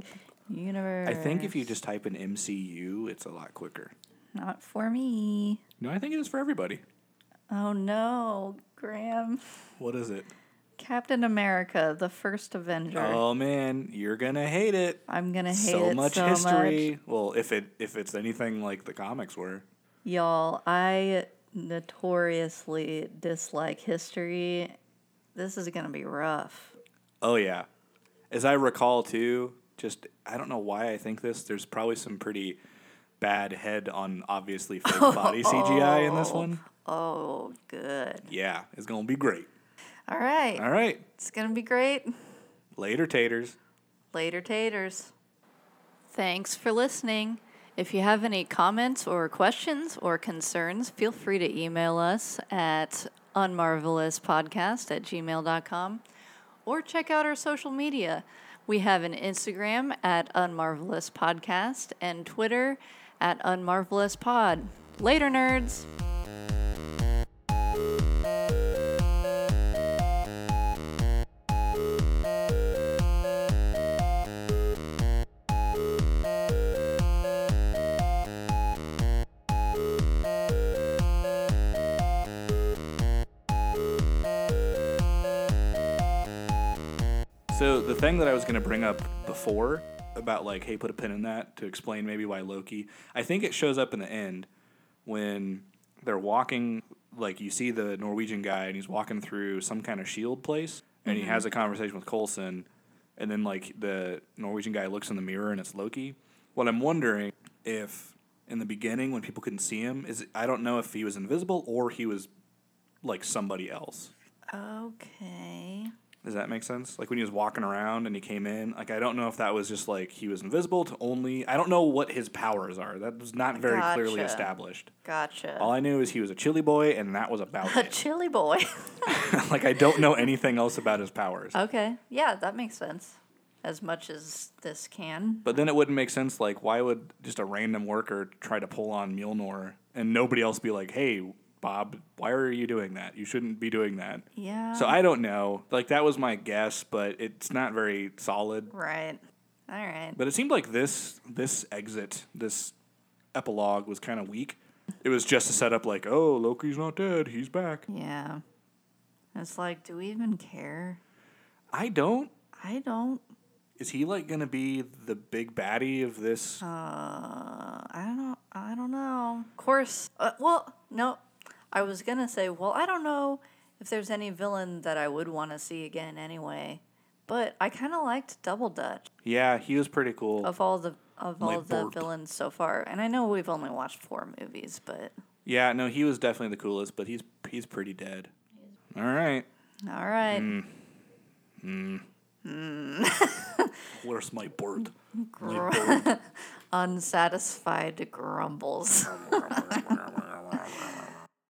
Speaker 1: Universe.
Speaker 2: I think if you just type in MCU, it's a lot quicker.
Speaker 1: not for me.
Speaker 2: No, I think it is for everybody.
Speaker 1: Oh no, Graham.
Speaker 2: What is it?
Speaker 1: Captain America: The First Avenger.
Speaker 2: Oh man, you're gonna hate it.
Speaker 1: I'm gonna hate
Speaker 2: so
Speaker 1: it
Speaker 2: much
Speaker 1: so
Speaker 2: history.
Speaker 1: much,
Speaker 2: Well, if it if it's anything like the comics were,
Speaker 1: y'all. I notoriously dislike history. This is gonna be rough.
Speaker 2: Oh yeah. As I recall too, just I don't know why I think this. There's probably some pretty bad head on obviously fake body CGI in this one.
Speaker 1: Oh, good.
Speaker 2: Yeah, it's gonna be great.
Speaker 1: All right,
Speaker 2: All right.
Speaker 1: it's gonna be great.
Speaker 2: Later taters.
Speaker 1: Later, taters. Thanks for listening. If you have any comments or questions or concerns, feel free to email us at unmarvelouspodcast at gmail.com or check out our social media. We have an Instagram at unmarvelouspodcast and Twitter at unmarvelouspod. Later, nerds!
Speaker 2: So the thing that I was gonna bring up before about like, hey, put a pin in that to explain maybe why Loki. I think it shows up in the end when they're walking. Like you see the Norwegian guy and he's walking through some kind of shield place, and he has a conversation with Colson, and then like the Norwegian guy looks in the mirror and it's Loki. What I'm wondering if in the beginning when people couldn't see him is I don't know if he was invisible or he was like somebody else.
Speaker 1: Okay.
Speaker 2: Does that make sense? Like when he was walking around and he came in, like I don't know if that was just like he was invisible to only I don't know what his powers are. That was not very clearly
Speaker 1: Gotcha.
Speaker 2: established. All
Speaker 1: Gotcha.
Speaker 2: I knew is he was a chili boy and that was about
Speaker 1: A
Speaker 2: it.
Speaker 1: chilly boy.
Speaker 2: like I don't know anything else about his powers.
Speaker 1: Okay. Yeah, that makes sense. As much as this can.
Speaker 2: But then it wouldn't make sense like why would just a random worker try to pull on Mjolnir and nobody else be like, "Hey, Bob, why are you doing that? You shouldn't be doing that."
Speaker 1: Yeah.
Speaker 2: So I don't know. Like that was my guess, but it's not very solid.
Speaker 1: Right. All right.
Speaker 2: But it seemed like this this exit, this epilogue was kind of weak. It was just to set up like, oh, Loki's not dead, he's back.
Speaker 1: Yeah. It's like, do we even care?
Speaker 2: I don't.
Speaker 1: I don't.
Speaker 2: Is he like gonna be the big baddie of this?
Speaker 1: Uh, I don't. know. I don't know. Of course. Uh, well, no. I was gonna say, well, I don't know if there's any villain that I would want to see again anyway. But I kind of liked Double Dutch
Speaker 2: yeah, he was pretty cool.
Speaker 1: of all the of all
Speaker 2: My
Speaker 1: the
Speaker 2: burp.
Speaker 1: villains so far, and I know we've only watched four movies, but
Speaker 2: yeah, no, he was definitely the coolest, but he's he's pretty dead. All right,
Speaker 1: all right,
Speaker 2: Mm, where's my bird?
Speaker 1: Gr- unsatisfied grumbles.